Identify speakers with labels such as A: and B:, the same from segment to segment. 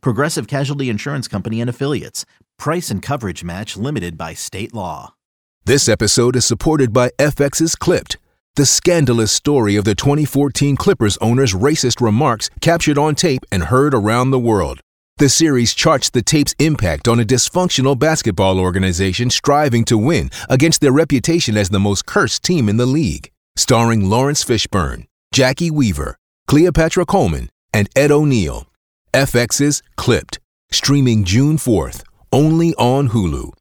A: Progressive Casualty Insurance Company and Affiliates. Price and coverage match limited by state law.
B: This episode is supported by FX's Clipped, the scandalous story of the 2014 Clippers owner's racist remarks captured on tape and heard around the world. The series charts the tape's impact on a dysfunctional basketball organization striving to win against their reputation as the most cursed team in the league. Starring Lawrence Fishburne, Jackie Weaver, Cleopatra Coleman, and Ed O'Neill. FX's Clipped, streaming June 4th, only on Hulu.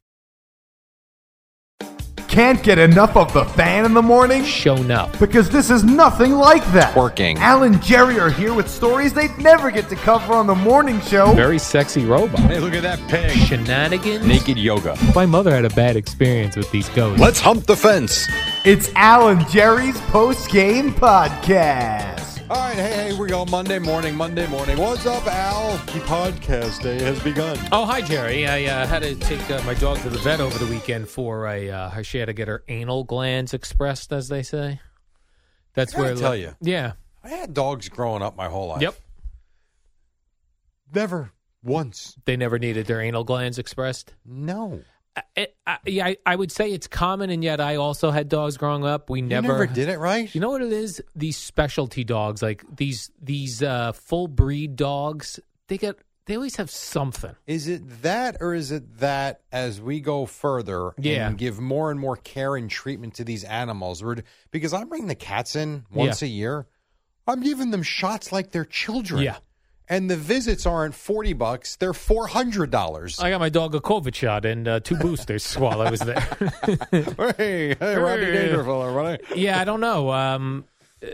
C: Can't get enough of the fan in the morning?
D: shown up.
C: Because this is nothing like that.
E: Working.
C: Al and Jerry are here with stories they'd never get to cover on the morning show.
D: Very sexy robot.
E: Hey, look at that pig.
D: Shenanigans.
E: Naked yoga.
D: My mother had a bad experience with these ghosts.
E: hump the fence.
C: It's Al and Jerry's post game podcast.
E: All right, hey, hey, we go. Monday morning, Monday morning. What's up, Al? The podcast day has begun.
D: Oh, hi, Jerry. I uh, had to take uh, my dog to the vet over the weekend for a. Uh, she had to get her anal glands expressed, as they say. That's
E: I gotta
D: where.
E: tell you.
D: Yeah.
E: I had dogs growing up my whole life.
D: Yep.
E: Never once.
D: They never needed their anal glands expressed.
E: No.
D: I- It, I, yeah, I, I would say it's common, and yet I also had dogs growing up. We
E: You
D: never,
E: never did it, right?
D: You know what it is? These specialty dogs, like these these uh, full breed dogs, they get they always have something.
E: is it that or is it that as we go further
D: Yeah.
E: and give more and more care and treatment to these animals? We're, because I bring the cats in once a year. I'm giving them shots like they're children.
D: Yeah.
E: And the visits aren't 40 bucks, they're $400.
D: I got my dog a COVID shot and uh, two boosters while I was there.
E: hey, hey,
D: Rodney Dangerfield,
E: Dangerfield,
D: yeah, I don't know. Um, uh,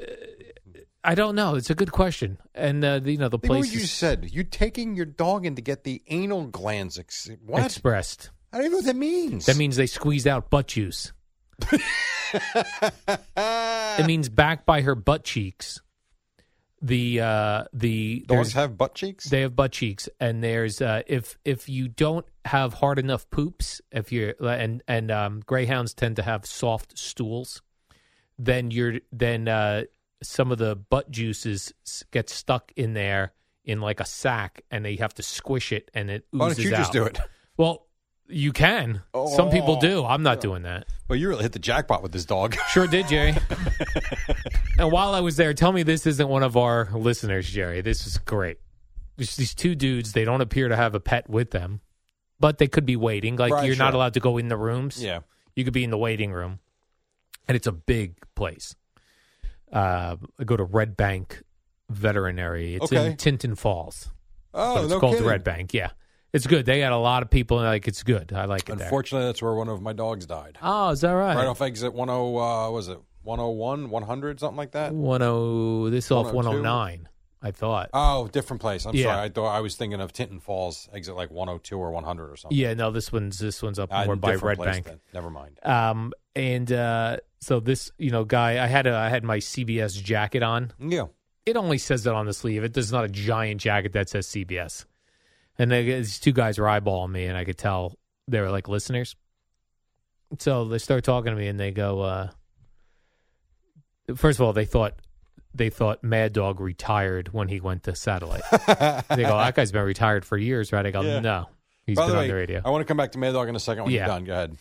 D: I don't know. It's a good question, and uh, the- you know the
E: Think what you
D: place
E: said. You taking your dog in to get the anal glands. Ex- what?
D: expressed.
E: I don't even know what that means.
D: That means they squeeze out butt juice. it means back by her butt cheeks. The uh, the
E: dogs
D: there's-
E: have butt cheeks.
D: They have butt cheeks, and there's uh, if if you don't have hard enough poops, if you're and and um, greyhounds tend to have soft stools, then you're then uh, some of the butt juices s- get stuck in there in like a sack, and they have to squish it, and it oozes
E: Why don't you just
D: out.
E: do it? Oh.
D: Well, you can. Some people do. I'm not doing that.
E: Well, you really hit the jackpot with this dog.
D: Sure did, Jerry. and while I was there, tell me this isn't one of our listeners, Jerry. This is great. There's these two dudes, they don't appear to have a pet with them, but they could be waiting. Like
E: Right,
D: you're not
E: sure.
D: allowed to go in the rooms.
E: yeah.
D: You could be in the waiting room. And it's a big place. Uh, I go to Red Bank Veterinary. It's
E: Okay.
D: in Tinton Falls.
E: Oh,
D: but it's
E: no
D: called
E: kidding.
D: Red Bank. Yeah. It's good. They got a lot of people and like it's good. I like it there.
E: Unfortunately, that's where one of my dogs died.
D: Oh, is that right?
E: Right off exit 10, uh, what was it 101, 100, something like that?
D: 10 oh, this off
E: 102.
D: 109, I thought.
E: Oh, different place. I'm
D: Yeah.
E: sorry. I thought I was thinking of Tinton Falls, exit like 102 or 100 or something.
D: Yeah, no, this one's this one's up
E: Uh,
D: more by
E: different
D: Red
E: place
D: Bank.
E: then. Never mind.
D: Um, and uh, so this, you know, guy, I had a, I had my CBS jacket on.
E: Yeah.
D: It only says that on the sleeve. It does not a giant jacket that says CBS. And they, these two guys were eyeballing me, and I could tell they were like listeners. So they start talking to me, and they go, uh, first of all, they thought they thought Mad Dog retired when he went to satellite. they go, that guy's been retired for years, right? I go,
E: Yeah.
D: no, he's
E: By
D: been
E: the
D: on
E: way,
D: the radio.
E: I want to come back to Mad Dog in a second when
D: Yeah.
E: you're done. Go ahead.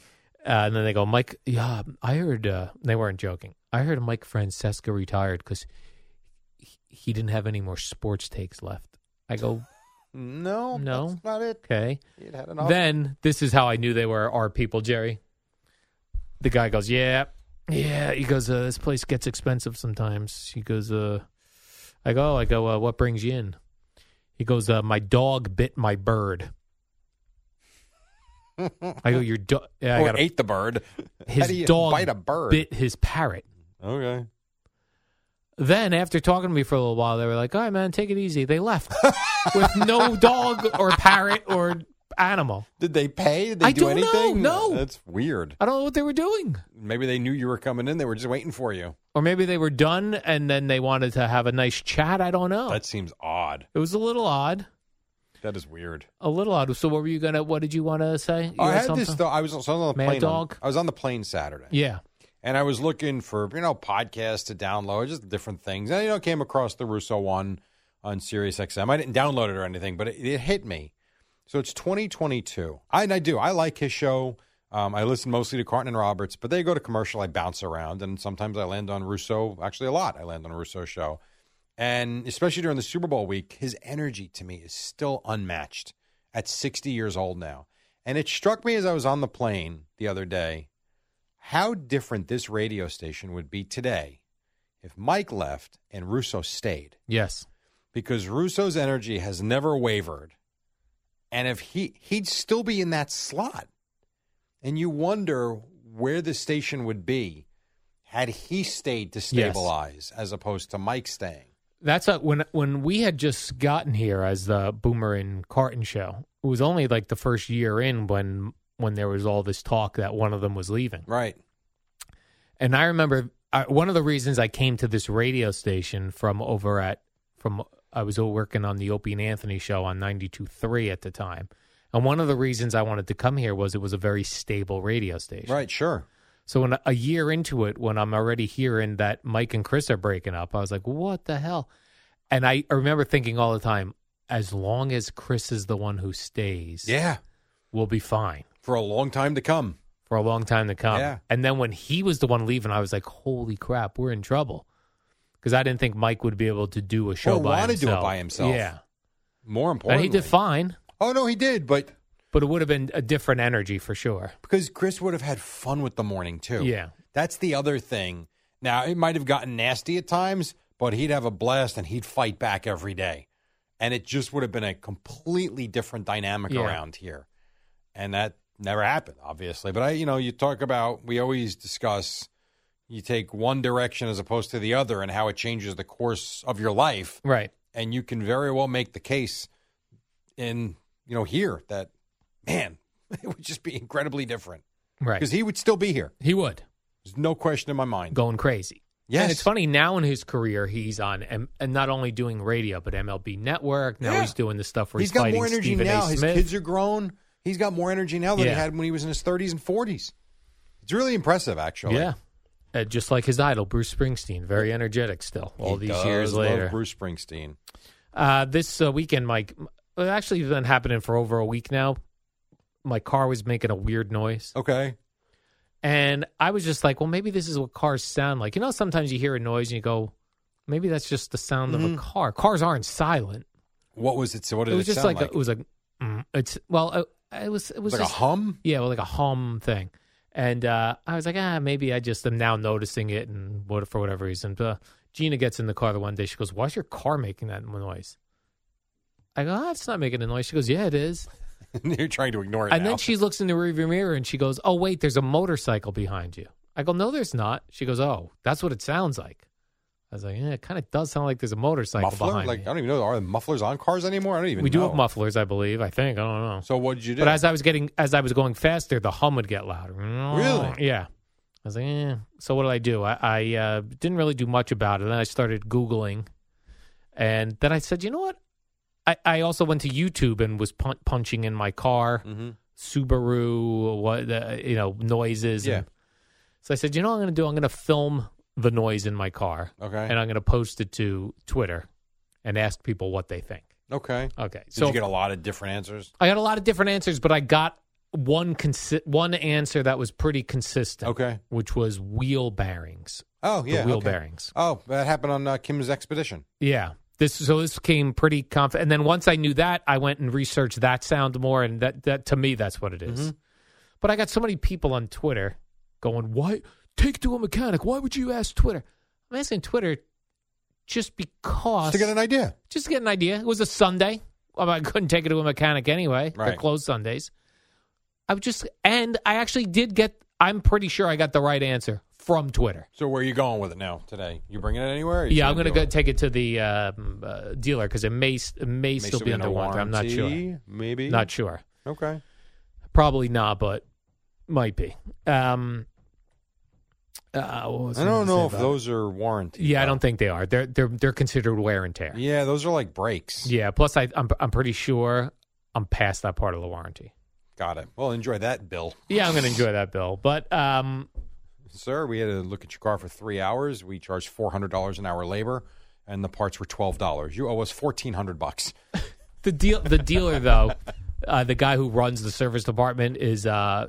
D: Uh, and then they go, Mike, yeah, I heard, uh, they weren't joking. I heard Mike Francesca retired because he, he didn't have any more sports takes left. I go,
E: No,
D: No.
E: that's not it.
D: okay.
E: It had an option.
D: Then this is how I knew they were our people, Jerry. The guy goes, yeah, yeah. He goes, uh, this place gets expensive sometimes. He goes, uh, I go, I go, uh, what brings you in? He goes, uh, my dog bit my bird. I go, your dog. Yeah, I
E: or
D: got a-
E: ate the bird.
D: his
E: do you
D: dog
E: bite a bird?
D: bit his parrot.
E: Okay.
D: Then, after talking to me for a little while, they were like, "All right, man, take it easy." They left with no dog or parrot or animal.
E: Did they pay? Did they
D: I
E: do
D: don't know.
E: anything?
D: No.
E: That's weird.
D: I don't know what they were doing.
E: Maybe they knew you were coming in. They were just waiting for you.
D: Or maybe they were done and then they wanted to have a nice chat. I don't know.
E: That seems odd.
D: it was a little odd.
E: That is weird.
D: A little odd. So what were you gonna what did you wanna say? You
E: I had
D: something?
E: this. Though, I was so I was on the
D: Mad
E: plane. on-
D: Dog?
E: I was on the plane Saturday,
D: Yeah.
E: and I was looking for you know podcasts to download, just different things. And you know, came across the Russo one on Sirius XM. I didn't download it or anything, but it, it hit me. So it's 2022. I, and I do. I like his show. Um, I listen mostly to Carton and Roberts, but they go to commercial. I bounce around, and sometimes I land on Russo. Actually, a lot I land on Russo's show, and especially during the Super Bowl week, his energy to me is still unmatched at 60 years old now. And it struck me as I was on the plane the other day how different this radio station would be today if Mike left and Russo stayed
D: Yes.
E: because Russo's energy has never wavered. And if he he'd still be in that slot. And you wonder where the station would be had he stayed to stabilize as opposed to Mike staying.
D: That's a, when when we had just gotten here as the Boomer and Carton show. It was only like the first year in when when there was all this talk that one of them was leaving.
E: Right.
D: And I remember I, one of the reasons I came to this radio station from over at from I was working on the Opie and Anthony show on 92.3 at the time. And one of the reasons I wanted to come here was it was a very stable radio station.
E: Right, sure.
D: So when a year into it, when I'm already hearing that Mike and Chris are breaking up, I was like, "What the hell?" And I I remember thinking all the time, as long as Chris is the one who stays,
E: Yeah.
D: we'll be fine
E: For a long time to come.
D: for a long time to come.
E: Yeah.
D: And then when he was the one leaving, I was like, "Holy crap, we're in trouble," because I didn't think Mike would be able to do a show
E: Or
D: by
E: wanna do it
D: himself.
E: by himself.
D: Yeah,
E: More
D: and
E: importantly,
D: he did fine,
E: Oh no, he did, but
D: but it would have been a different energy for sure.
E: because Chris would have had fun with the morning too.
D: Yeah.
E: that's the other thing. Now it might have gotten nasty at times, but he'd have a blast and he'd fight back every day, and it just would have been a completely different dynamic
D: Yeah.
E: around here, and that never happened, obviously. But I, you know, you talk about we always discuss you take one direction as opposed to the other and how it changes the course of your life
D: Right.
E: and you can very well make the case in you know here that man it would just be incredibly different
D: Right.
E: because he would still be here
D: he would
E: there's no question in my mind
D: going crazy.
E: yes
D: And it's funny now in his career, he's on M- and not only doing radio, but MLB Network. Now
E: Yeah.
D: he's doing the stuff where he's,
E: he's got
D: fighting
E: more energy
D: Stephen
E: now
D: A.
E: his
D: Smith.
E: kids are grown he's got more energy now than
D: Yeah.
E: he had when he was in his 30s and 40s it's really impressive actually
D: yeah, uh, just like his idol Bruce Springsteen, very energetic still.
E: He
D: All these
E: does
D: years
E: love
D: later,
E: bruce springsteen
D: Uh, this uh, weekend, Mike, it actually been happening for over a week now. My car was making a weird noise.
E: okay
D: And I was just like, well, maybe this is what cars sound like. You know, sometimes you hear a noise and you go, maybe that's just the sound of a car. Cars aren't silent.
E: what was it so Mm-hmm. what did
D: it was
E: it
D: just
E: sound
D: like, a, it was like, mm, it's, well, it, it was, it was
E: like
D: just,
E: a hum
D: yeah, well, like a hum thing. And uh, I was like, ah, maybe I just am now noticing it and what for whatever reason. But uh, Gina gets in the car the one day. She goes, why's your car making that noise? I go, ah, it's not making a noise. She goes, yeah, it is.
E: you're trying to ignore it
D: and
E: now.
D: then she looks in the rearview mirror and she goes, oh, wait, there's a motorcycle behind you. I go, no, there's not. She goes, oh, that's what it sounds like. I was like, yeah, it kind of does sound like there's a motorcycle
E: muffler
D: behind
E: like i
D: me.
E: don't even know are the mufflers on cars anymore i don't even
D: We do
E: know.
D: have mufflers, I believe. I think. I don't know.
E: so what did you do
D: But as I was getting, as I was going faster, the hum would get louder.
E: Really?
D: Yeah. I was like, eh. so what did I do? I, I uh, didn't really do much about it. Then I started Googling, and then I said, you know what? I, I also went to YouTube and was pun- punching in my car,
E: Mhm.
D: Subaru, what uh, you know, noises.
E: Yeah.
D: And- so I said, you know what I'm going to do? I'm going to film the noise in my car,
E: okay
D: and I'm going to post it to Twitter, and ask people what they think.
E: okay
D: Okay.
E: Did you get a lot of different answers?
D: I got a lot of different answers, but I got one consi- one answer that was pretty consistent.
E: Okay.
D: which was wheel bearings.
E: Oh
D: The
E: yeah,
D: wheel
E: okay.
D: bearings.
E: Oh, that happened on uh, Kim's expedition.
D: Yeah. This so this came pretty conf and then once I knew that, I went and researched that sound more, and that that to me that's what it is.
E: Mm-hmm.
D: But I got so many people on Twitter going, "Why take it to a mechanic? Why would you ask Twitter?" I'm asking Twitter just because
E: Just to get an idea.
D: just to get an idea. It was a Sunday. Well, I couldn't take it to a mechanic anyway. They're
E: Right.
D: closed Sundays. I was just, and I actually did get. I'm pretty sure I got the right answer from Twitter.
E: So where are you going with it now today? You bringing it anywhere? or you
D: yeah, I'm going to
E: do
D: go
E: it?
D: take it to the um, uh, dealer because it may s- it may,
E: May
D: still be under warranty. I'm not sure.
E: Maybe
D: Not sure.
E: Okay.
D: Probably not, but might be. Um, uh, what was
E: I
D: gonna
E: don't
D: say
E: know if
D: about
E: those are warranted.
D: it? Yeah, I don't think they are. They're they're they're considered wear and tear.
E: Yeah, those are like brakes.
D: Yeah, Plus, I I'm I'm pretty sure I'm past that part of the warranty.
E: Got it. Well, enjoy that, Bill.
D: Yeah, I'm going to enjoy that bill. But um,
E: Sir, we had to look at your car for three hours. We charged four hundred dollars an hour labor, and the parts were twelve dollars. You owe us fourteen hundred bucks.
D: the deal the dealer though, uh, the guy who runs the service department is uh,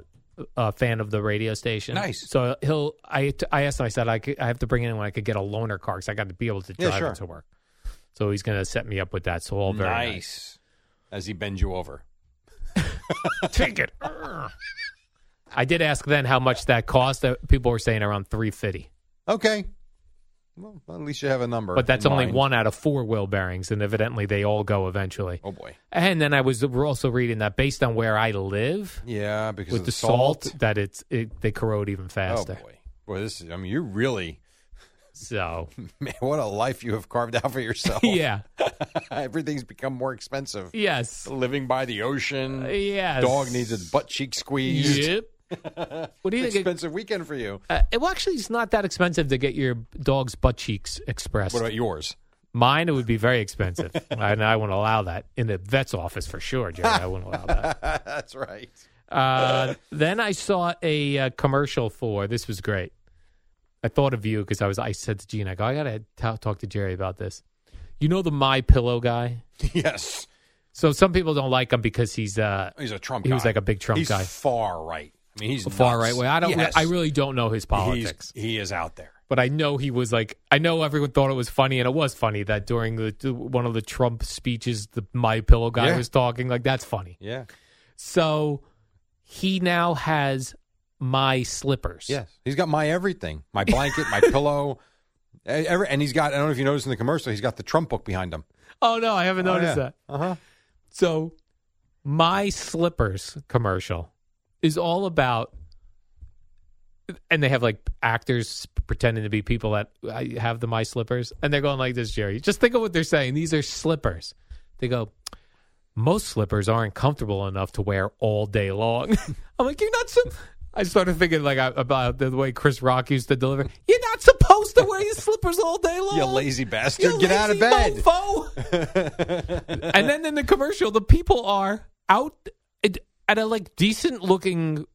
D: a fan of the radio station.
E: Nice.
D: So he'll I I asked him. I said I could, I have to bring in when I could get a loaner car because I got to be able to
E: Yeah,
D: drive
E: sure.
D: it to work. So he's going to set me up with that. So all very nice.
E: As he bends you over.
D: Take it. Urgh. I did ask then how much that cost. Uh, People were saying around three fifty,
E: Okay. Well, at least you have a number.
D: but that's
E: in
D: only
E: mind.
D: one out of four wheel bearings, and evidently they all go eventually.
E: Oh boy.
D: And then I was also reading that based on where I live,
E: Yeah, because
D: with
E: of
D: the salt, that it's it, they corrode even
E: Oh
D: faster.
E: boy. Boy, this is. I mean, you really.
D: So
E: Man, what a life you have carved out for yourself.
D: yeah,
E: Everything's become more expensive.
D: yes,
E: Living by the ocean.
D: Uh, yes.
E: Dog needs a butt cheek squeezed.
D: Yep. what do you think?
E: Expensive weekend for you.
D: Uh, well, actually, it's not that expensive to get your dog's butt cheeks expressed.
E: What about yours?
D: Mine, it would be very expensive, and I wouldn't allow that in the vet's office for sure, Jerry. I wouldn't allow that.
E: That's right.
D: Uh, then I saw a uh, commercial for this was great. I thought of you because I was I said to Gene, I go, I gotta ta- talk to Jerry about this. You know the My Pillow guy.
E: Yes.
D: So some people don't like him because he's uh,
E: He's a Trump
D: He
E: guy.
D: was like a big Trump
E: he's
D: guy.
E: far right. I mean, he's
D: far
E: nuts.
D: right way. I don't.
E: Yes.
D: I really don't know his politics,
E: He's, he is out there.
D: but I know he was like. I know everyone thought it was funny, and it was funny that during the one of the Trump speeches, the My Pillow guy
E: Yeah.
D: was talking. Like that's funny.
E: Yeah.
D: So he now has my slippers.
E: Yes. He's got my everything my blanket, my pillow. eh, every- And he's got, I don't know if you noticed in the commercial, he's got the Trump book behind him.
D: Oh no, I haven't noticed that.
E: Uh huh.
D: So, my slippers commercial is all about, and they have like actors pretending to be people that I have the my slippers, and they're going like this, Jerry. Just think of what they're saying. These are slippers. They go. Most slippers aren't comfortable enough to wear all day long. I'm like, you're not so. I started thinking like I- about the way Chris Rock used to deliver. You're not supposed to wear your slippers all day long.
E: You lazy bastard.
D: You
E: Get out of
D: lazy
E: bed.
D: mofo. and then in the commercial, the people are out at at a like decent looking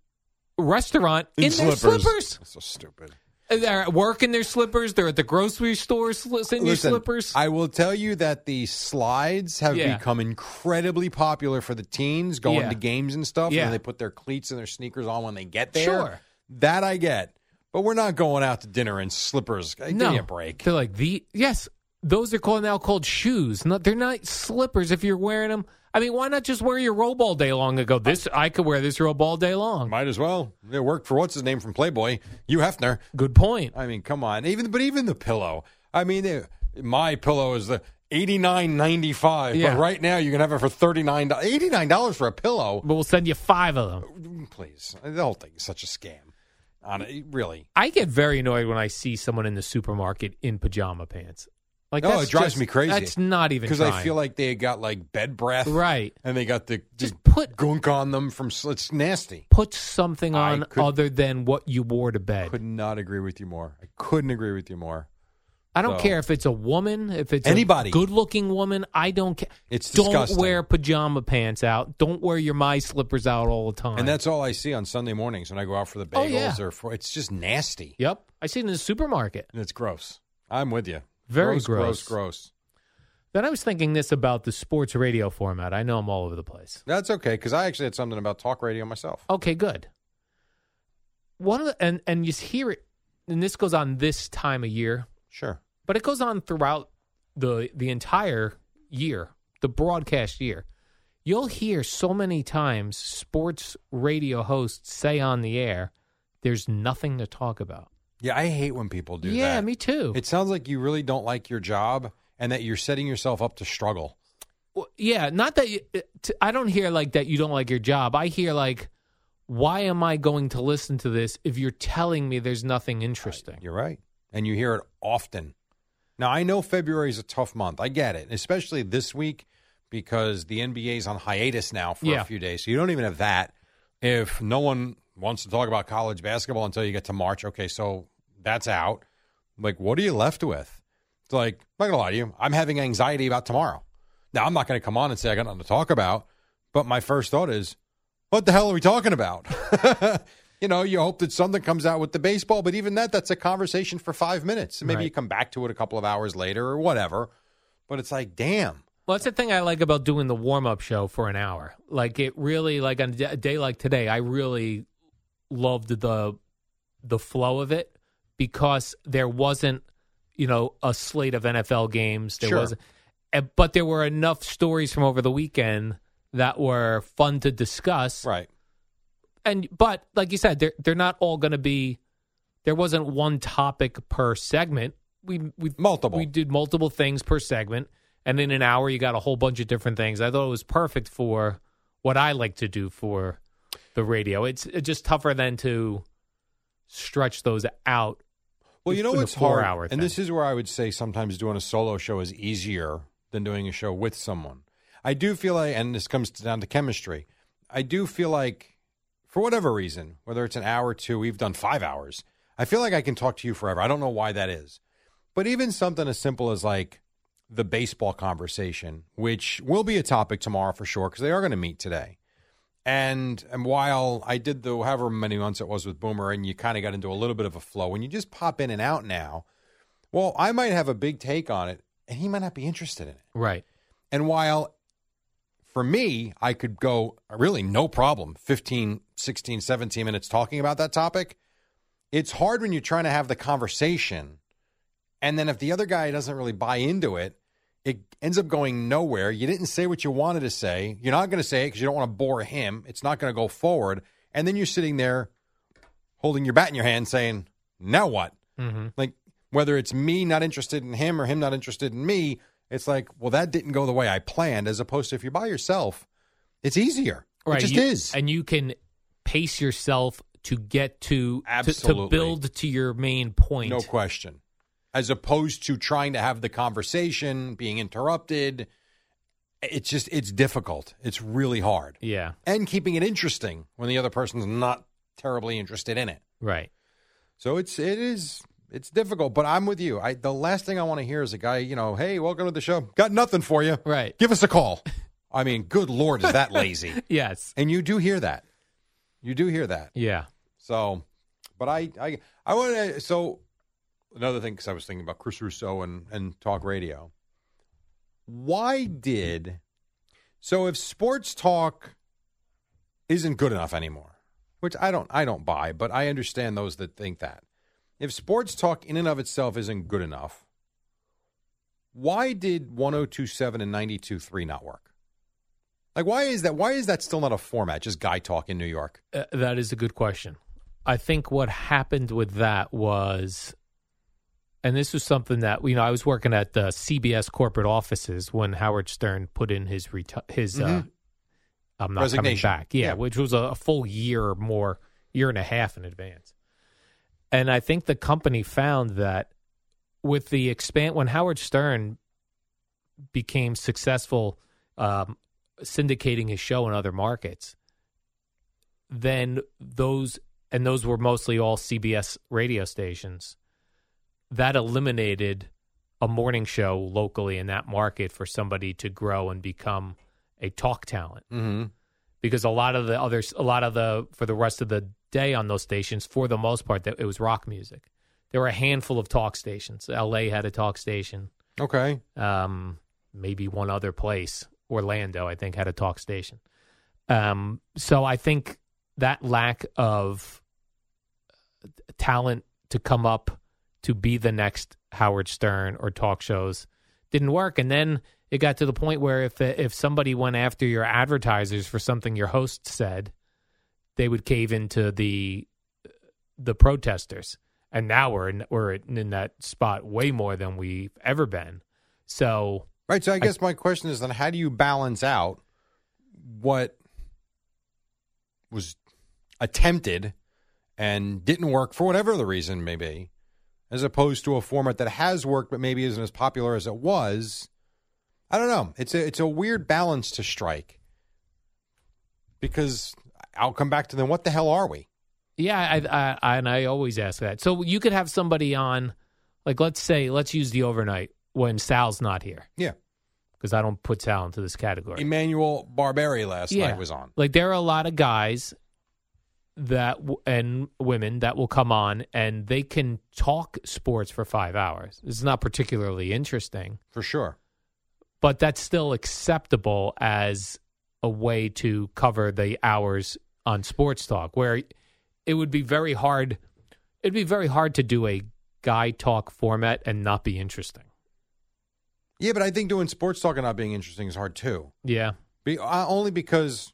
D: restaurant in, their slippers.
E: That's so stupid.
D: They're at work in their slippers. They're at the grocery store sli- in your
E: Listen,
D: slippers.
E: I will tell you that the slides have
D: Yeah.
E: become incredibly popular for the teens going
D: Yeah.
E: to games and stuff.
D: Yeah.
E: And they put their cleats and their sneakers on when they get there.
D: Sure.
E: That I get. But we're not going out to dinner in slippers. Give
D: no
E: me a break.
D: They're like the yes. Those are called now called shoes. No, they're not slippers if you're wearing them. I mean, why not just wear your robe all day long and go? This I could wear this robe all day long.
E: Might as well. It worked for what's his name from Playboy, Hugh Hefner.
D: Good point.
E: I mean, come on. Even but even the pillow. I mean, they, my pillow is the eighty nine ninety five.
D: Yeah.
E: But right now, you can have it for thirty nine dollars. Eighty nine dollars for a pillow.
D: But we'll send you five of them.
E: Mm, Please, Uh, the whole thing is such a scam. On it, really.
D: I get very annoyed when I see someone in the supermarket in pajama pants. Like,
E: Oh,
D: that's
E: it drives
D: just-
E: me crazy.
D: That's not even
E: Because
D: because
E: I feel like they got like bed breath,
D: right.
E: And they got the, the
D: Just put-
E: gunk on them from. sl- It's nasty.
D: Put something
E: I
D: on
E: could-
D: other than what you wore to bed.
E: Could not agree with you more. I couldn't agree with you more.
D: I don't
E: so-
D: care if it's a woman, if it's
E: Anybody.
D: a good-looking woman. I don't care.
E: It's
D: don't
E: disgusting.
D: wear pajama pants out. Don't wear your my slippers out all the time.
E: And that's all I see on Sunday mornings when I go out for the bagels
D: Oh, yeah.
E: or for it's just nasty.
D: yep. I see it in the supermarket.
E: And it's gross. I'm with you.
D: Very
E: gross, gross.
D: gross.
E: gross.
D: Then I was thinking this about the sports radio format. I know I'm all over the place.
E: That's okay because I actually had something about talk radio myself.
D: Okay, good. One of the, and and you hear it, and this goes on this time of year,
E: Sure.
D: but it goes on throughout the the entire year, the broadcast year. You'll hear so many times sports radio hosts say on the air, "There's nothing to talk about."
E: Yeah, I hate when people do
D: yeah,
E: that.
D: me too.
E: It sounds like you really don't like your job and that you're setting yourself up to struggle.
D: Well, yeah, not that you, it- t- I don't hear like that you don't like your job. I hear like, "Why am I going to listen to this if you're telling me there's nothing interesting?"
E: You're right. And you hear it often. Now, I know February is a tough month. I get it, especially this week because the NBA's on hiatus now for
D: Yeah.
E: a few days. So you don't even have that. If no one wants to talk about college basketball until you get to March, okay, so that's out. Like, what are you left with? It's like, I'm not going to lie to you. I'm having anxiety about tomorrow. Now, I'm not going to come on and say I got nothing to talk about, but my first thought is, what the hell are we talking about? you know, you hope that something comes out with the baseball, but even that, that's a conversation for five minutes. Maybe
D: Right.
E: you come back to it a couple of hours later or whatever. But it's like, damn.
D: Well, that's the thing I like about doing the warm up show for an hour. Like it really, like on a d- a day like today, I really loved the the flow of it because there wasn't, you know, a slate of NFL games. There
E: Sure.
D: was, and- but there were enough stories from over the weekend that were fun to discuss.
E: Right.
D: And but like you said, they're they're not all going to be. There wasn't one topic per segment. We we
E: Multiple.
D: we did multiple things per segment, and in an hour you got a whole bunch of different things. I thought it was perfect for what I like to do for the radio. It's it's just tougher than to stretch those out.
E: Well, you know
D: in the
E: what's
D: four
E: hard,
D: hour
E: and
D: thing.
E: this is where I would say sometimes doing a solo show is easier than doing a show with someone. I do feel like, and this comes down to chemistry. I do feel like, for whatever reason, whether it's an hour or two, we've done five hours. I feel like I can talk to you forever. I don't know why that is, but even something as simple as like the baseball conversation, which will be a topic tomorrow for sure because they are going to meet today. And and while I did the however many months it was with Boomer, and you kind of got into a little bit of a flow, when you just pop in and out now, well, I might have a big take on it, and he might not be interested in it.
D: Right.
E: And while for me, I could go really no problem 15, 16, 17 minutes talking about that topic, it's hard when you're trying to have the conversation. And then if the other guy doesn't really buy into it, it ends up going nowhere. You didn't say what you wanted to say. You're not going to say it because you don't want to bore him. It's not going to go forward. And then you're sitting there holding your bat in your hand saying, now what?
D: Mm-hmm.
E: Like whether it's me not interested in him or him not interested in me, it's like, well, that didn't go the way I planned. As opposed to if you're by yourself, it's easier. It just
D: you,
E: is.
D: And you can pace yourself to get to to, to
E: Absolutely.
D: build to your main point.
E: No question. As opposed to trying to have the conversation, being interrupted. It's just it's difficult. It's really hard.
D: Yeah.
E: And keeping it interesting when the other person's not terribly interested in it.
D: Right.
E: So it's it is it's difficult, but I'm with you. I the last thing I want to hear is a guy, you know, hey, welcome to the show. Got nothing for you.
D: Right.
E: Give us a call. I mean, good lord, is that lazy?
D: Yes.
E: And you do hear that. You do hear that.
D: Yeah.
E: So, but I I I want to so another thing because I was thinking about Chris Russo and and talk radio. Why did so if sports talk isn't good enough anymore, which I don't I don't buy, but I understand those that think that. If sports talk in and of itself isn't good enough, why did 1027 and 923 not work? Like why is that why is that still not a format just guy talk in New York?
D: Uh, that is a good question. I think what happened with that was, and this was something that you know I was working at the CBS corporate offices when Howard Stern put in his reti- his uh,
E: Mhm.
D: I'm not coming
E: Resignation.
D: back, yeah,
E: Yeah.
D: which was a, a full year or more, year and a half in advance. And I think the company found that with the expand when Howard Stern became successful um, syndicating his show in other markets, then those and those were mostly all CBS radio stations. That eliminated a morning show locally in that market for somebody to grow and become a talk talent
E: Mm-hmm.
D: because a lot of the others, a lot of the for the rest of the day on those stations, for the most part, that it was rock music. There were a handful of talk stations. L.A. had a talk station.
E: Okay.
D: Um, maybe one other place, Orlando, I think, had a talk station. Um, so I think that lack of talent to come up to be the next Howard Stern or talk shows didn't work. And then it got to the point where if if somebody went after your advertisers for something your host said, they would cave into the the protesters. And now we're in, we're in that spot way more than we've ever been. So
E: Right. So I guess my question is then how do you balance out what was attempted and didn't work for whatever the reason may be, as opposed to a format that has worked but maybe isn't as popular as it was? I don't know. It's a it's a weird balance to strike because I'll come back to them. What the hell are we?
D: Yeah, I, I, I and I always ask that. So you could have somebody on, like let's say, let's use the overnight when Sal's not here
E: Yeah,
D: because I don't put Sal into this category.
E: Emmanuel Barberi last
D: yeah.
E: night was on.
D: Like there are a lot of guys that w- and women that will come on and they can talk sports for five hours. It's not particularly interesting,
E: For sure.
D: but that's still acceptable as a way to cover the hours on sports talk. Where it would be very hard, it'd be very hard to do a guy talk format and not be interesting.
E: Yeah, but I think doing sports talk and not being interesting is hard too.
D: Yeah,
E: Be, uh, only because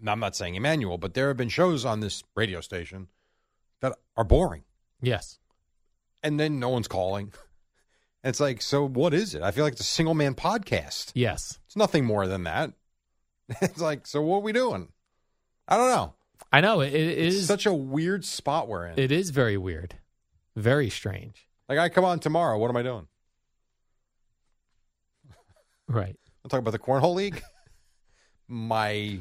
E: now, I'm not saying Emmanuel, but there have been shows on this radio station that are boring,
D: yes,
E: and then no one's calling. And it's like, so what is it? I feel like it's a single man podcast.
D: yes.
E: It's nothing more than that. It's like, so what are we doing? I don't know.
D: I know it, it
E: It's
D: is.
E: such a weird spot we're in.
D: it is very weird, very strange.
E: like, I come on tomorrow. What am I doing?
D: Right.
E: I'll talk about the Cornhole League, my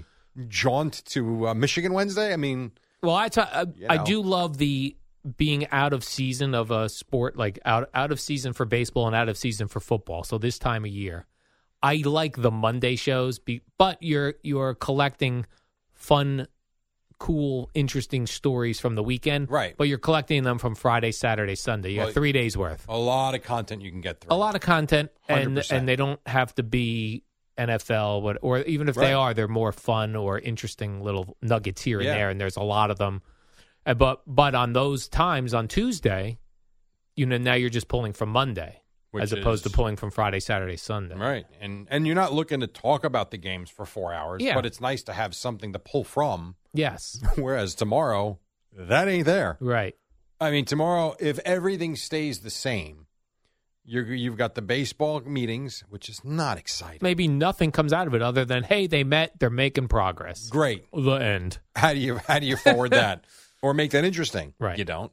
E: jaunt to uh, Michigan Wednesday. I mean,
D: Well, I t- I-
E: You
D: I
E: know.
D: do love the being out of season of a sport, like out out of season for baseball and out of season for football. So this time of year, I like the Monday shows, be, but you're you're collecting fun, cool, interesting stories from the weekend,
E: Right.
D: But you're collecting them from Friday, Saturday, Sunday. You got
E: Well,
D: three days worth.
E: a lot of content you can get through.
D: A lot of content, and
E: 100%.
D: and they don't have to be. NFL, what, or even if
E: Right.
D: they are, they're more fun or interesting little nuggets here and
E: Yeah.
D: there, and there's a lot of them. Uh, But but on those times on Tuesday, you know, now you're just pulling from Monday
E: Which
D: as opposed
E: is-
D: to pulling from Friday, Saturday, Sunday.
E: Right. And and you're not looking to talk about the games for four hours,
D: Yeah.
E: but it's nice to have something to pull from.
D: Yes,
E: Whereas tomorrow, that ain't there.
D: right.
E: I mean, tomorrow, if everything stays the same, you're, you've got the baseball meetings, which is not exciting.
D: Maybe nothing comes out of it other than hey, they met, they're making progress.
E: Great.
D: The end.
E: How do you how do you forward that or make that interesting?
D: Right.
E: You don't.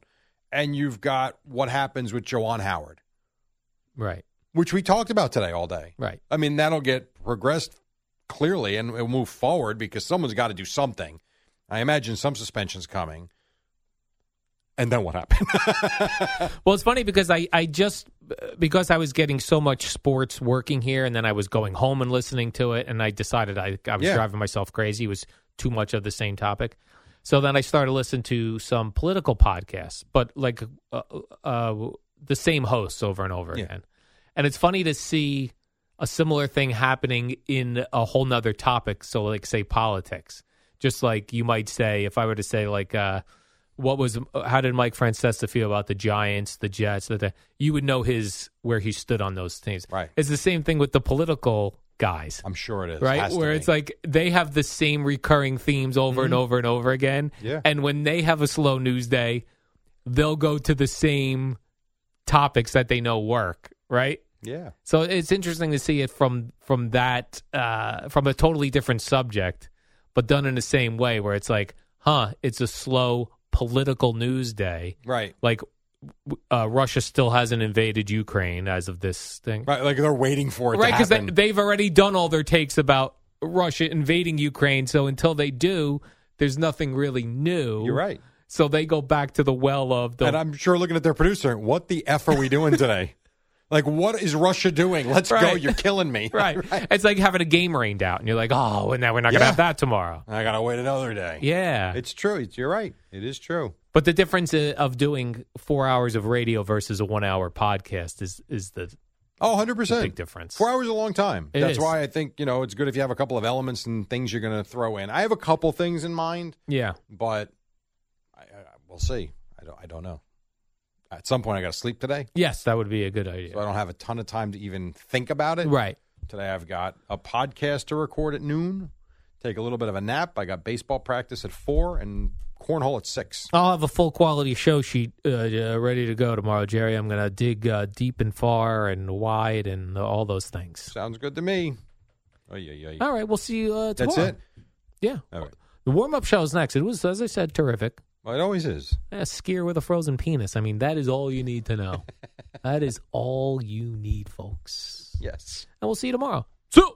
E: And you've got what happens with Joanne Howard,
D: Right.
E: which we talked about today all day.
D: Right.
E: I mean, that'll get progressed clearly and it'll move forward because someone's got to do something. I imagine some suspensions coming. And then what happened?
D: Well, it's funny because I, I just because I was getting so much sports working here, and then I was going home and listening to it, and I decided I, I was
E: Yeah.
D: driving myself crazy. It was too much of the same topic. So then I started listening to some political podcasts, but like uh, uh, the same hosts over and over
E: Yeah.
D: again. And it's funny to see a similar thing happening in a whole nother topic. So, like, say politics. Just like you might say, if I were to say, like, uh, what was how did Mike Francesa feel about the Giants, the Jets? That you would know his where he stood on those things.
E: Right.
D: It's the same thing with the political guys,
E: I'm sure it is.
D: right?
E: Has to
D: Where
E: be.
D: it's like they have the same recurring themes over and over and over again.
E: Mm-hmm. Yeah.
D: And when they have a slow news day, they'll go to the same topics that they know work. Right.
E: yeah.
D: So it's interesting to see it from from that uh, from a totally different subject, but done in the same way, where it's like, huh, it's a slow political news day.
E: Right.
D: Like w- uh, Russia still hasn't invaded Ukraine as of this thing,
E: Right. Like they're waiting for it
D: Right,
E: to
D: because
E: happen.
D: they, have already done all their takes about Russia invading Ukraine. So until they do, there's nothing really new.
E: You're right.
D: So they go back to the well of
E: And
D: the.
E: I'm sure looking at their producer, what the F are we doing today? like, what is Russia doing? Let's go.
D: Right.
E: You're killing me.
D: Right. It's like having a game rained out, and you're like, oh, and now we're not going to
E: Yeah.
D: have that tomorrow.
E: I got to wait another day.
D: Yeah.
E: It's true. It's, you're right. It is true.
D: But the difference i- of doing four hours of radio versus a one-hour podcast is is the
E: Oh, 100%.
D: big difference.
E: Four hours is a long time.
D: It
E: That's
D: is.
E: why I think, you know, it's good if you have a couple of elements and things you're going to throw in. I have a couple things in mind,
D: yeah,
E: but I, I, we'll see. I don't, I don't know. At some point, I got to sleep today,
D: yes, that would be a good idea.
E: so I don't have a ton of time to even think about it.
D: right.
E: Today, I've got a podcast to record at noon, take a little bit of a nap. I got baseball practice at four and cornhole at six.
D: I'll have a full quality show sheet uh, uh, ready to go tomorrow, Jerry. I'm going to dig uh, deep and far and wide and all those things.
E: Sounds good to me. Oh, yeah, yeah, yeah.
D: All right, we'll see you uh, tomorrow.
E: That's it.
D: Yeah.
E: All right.
D: The warm-up show is next. It was, as I said, terrific.
E: Well, it always is.
D: A skier with a frozen penis. I mean, that is all you need to know. that is all you need, folks.
E: Yes.
D: And we'll see you tomorrow. So.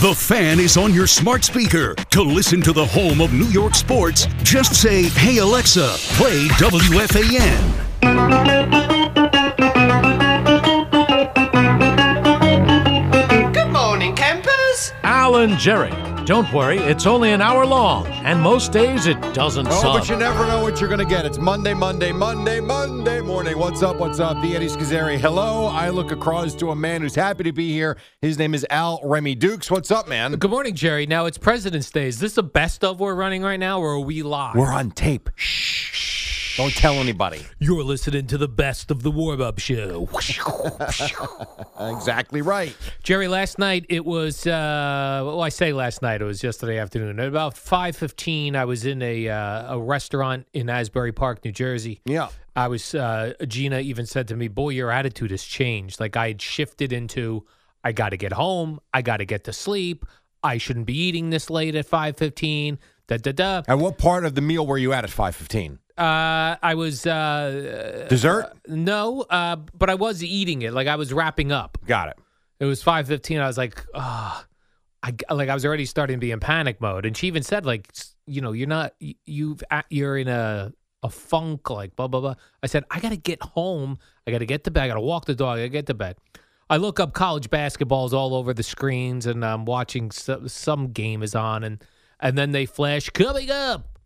F: The fan is on your smart speaker. To listen to the home of New York sports, just say, Hey Alexa, play WFAN.
G: Good morning, campers.
H: Alan Jerry. Don't worry, it's only an hour long, and most days it doesn't
E: Oh,
H: suck.
E: but you never know what you're going to get. It's Monday, Monday, Monday, Monday morning. What's up? What's up? The Eddie Scazzeri. Hello. I look across to a man who's happy to be here. His name is Al Remy Dukes. What's up, man?
D: Good morning, Jerry. Now it's President's Day. Is this the best of we're running right now, or are we live?
E: We're on tape. Shh. Don't tell anybody.
D: You're listening to the best of the warm up show.
E: Exactly right.
D: Jerry, last night it was. Uh, well, I say last night. It was yesterday afternoon. At about five fifteen, I was in a uh, a restaurant in Asbury Park, New Jersey.
E: Yeah.
D: I was. Uh, Gina even said to me, "Boy, your attitude has changed. Like I had shifted into, I got to get home. I got to get to sleep. I shouldn't be eating this late at five fifteen. Da da da.
E: And what part of the meal were you at at 5:15?
D: Uh, I was. Uh,
E: Dessert?
D: no, uh, but I was eating it. Like I was wrapping up.
E: Got it.
D: It was five fifteen. I was like, ah, I like I was already starting to be in panic mode. And she even said, like, s- you know, you're not, y- you've, a- you're in a a funk, like blah blah blah. I said, I gotta get home. I gotta get to bed. I gotta walk the dog. I gotta get to bed. I look up college basketballs all over the screens, and I'm watching some, some game is on, and and then they flash coming up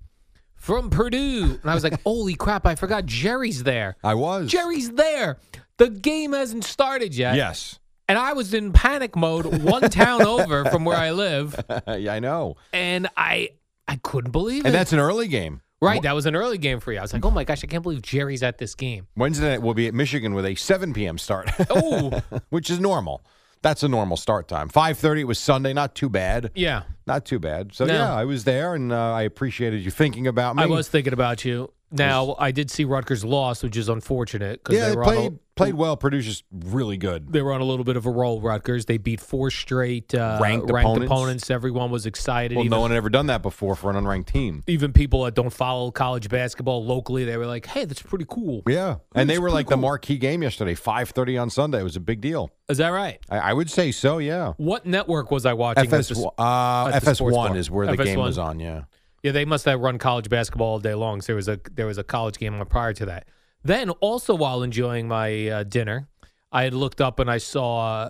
D: from Purdue, and I was like, holy crap! I forgot Jerry's there.
E: I was.
D: Jerry's there. The game hasn't started yet.
E: Yes.
D: And I was in panic mode one town over from where I live,
E: yeah, I know.
D: and I I couldn't believe it.
E: And that's an early game.
D: right. That was an early game for you. I was like, oh my gosh, I can't believe Jerry's at this game.
E: Wednesday night we'll be at Michigan with a 7 p.m. start.
D: Oh,
E: which is normal. That's a normal start time. 5:30 it was Sunday, not too bad.
D: yeah.
E: Not too bad. So
D: No.
E: yeah, I was there and uh, I appreciated you thinking about me.
D: I was thinking about you. Now I did see Rutgers lost, which is unfortunate because
E: Yeah,
D: they
E: they
D: were
E: played
D: on
E: played well. Purdue's just really
D: a,
E: good.
D: they were on a little bit of a roll. Rutgers they beat four straight uh,
E: Ranked opponents.
D: Everyone was excited.
E: Well,
D: even,
E: no one had ever done that before for an unranked team.
D: even people that don't follow college basketball locally, they were like, hey, that's pretty cool.
E: Yeah, and they
D: It's
E: were
D: pretty
E: like the
D: cool.
E: marquee game yesterday. 5:30 on Sunday it was a big deal.
D: Is that right?
E: I, I would say so. Yeah.
D: What network was I watching?
E: FS
D: this-
E: uh,
D: at the sports
E: FS1
D: bar.
E: is where the game
D: FS1.
E: was on. Yeah.
D: Yeah, they must have run college basketball all day long. So there was a there was a college game on prior to that. Then also while enjoying my uh, dinner, I had looked up and I saw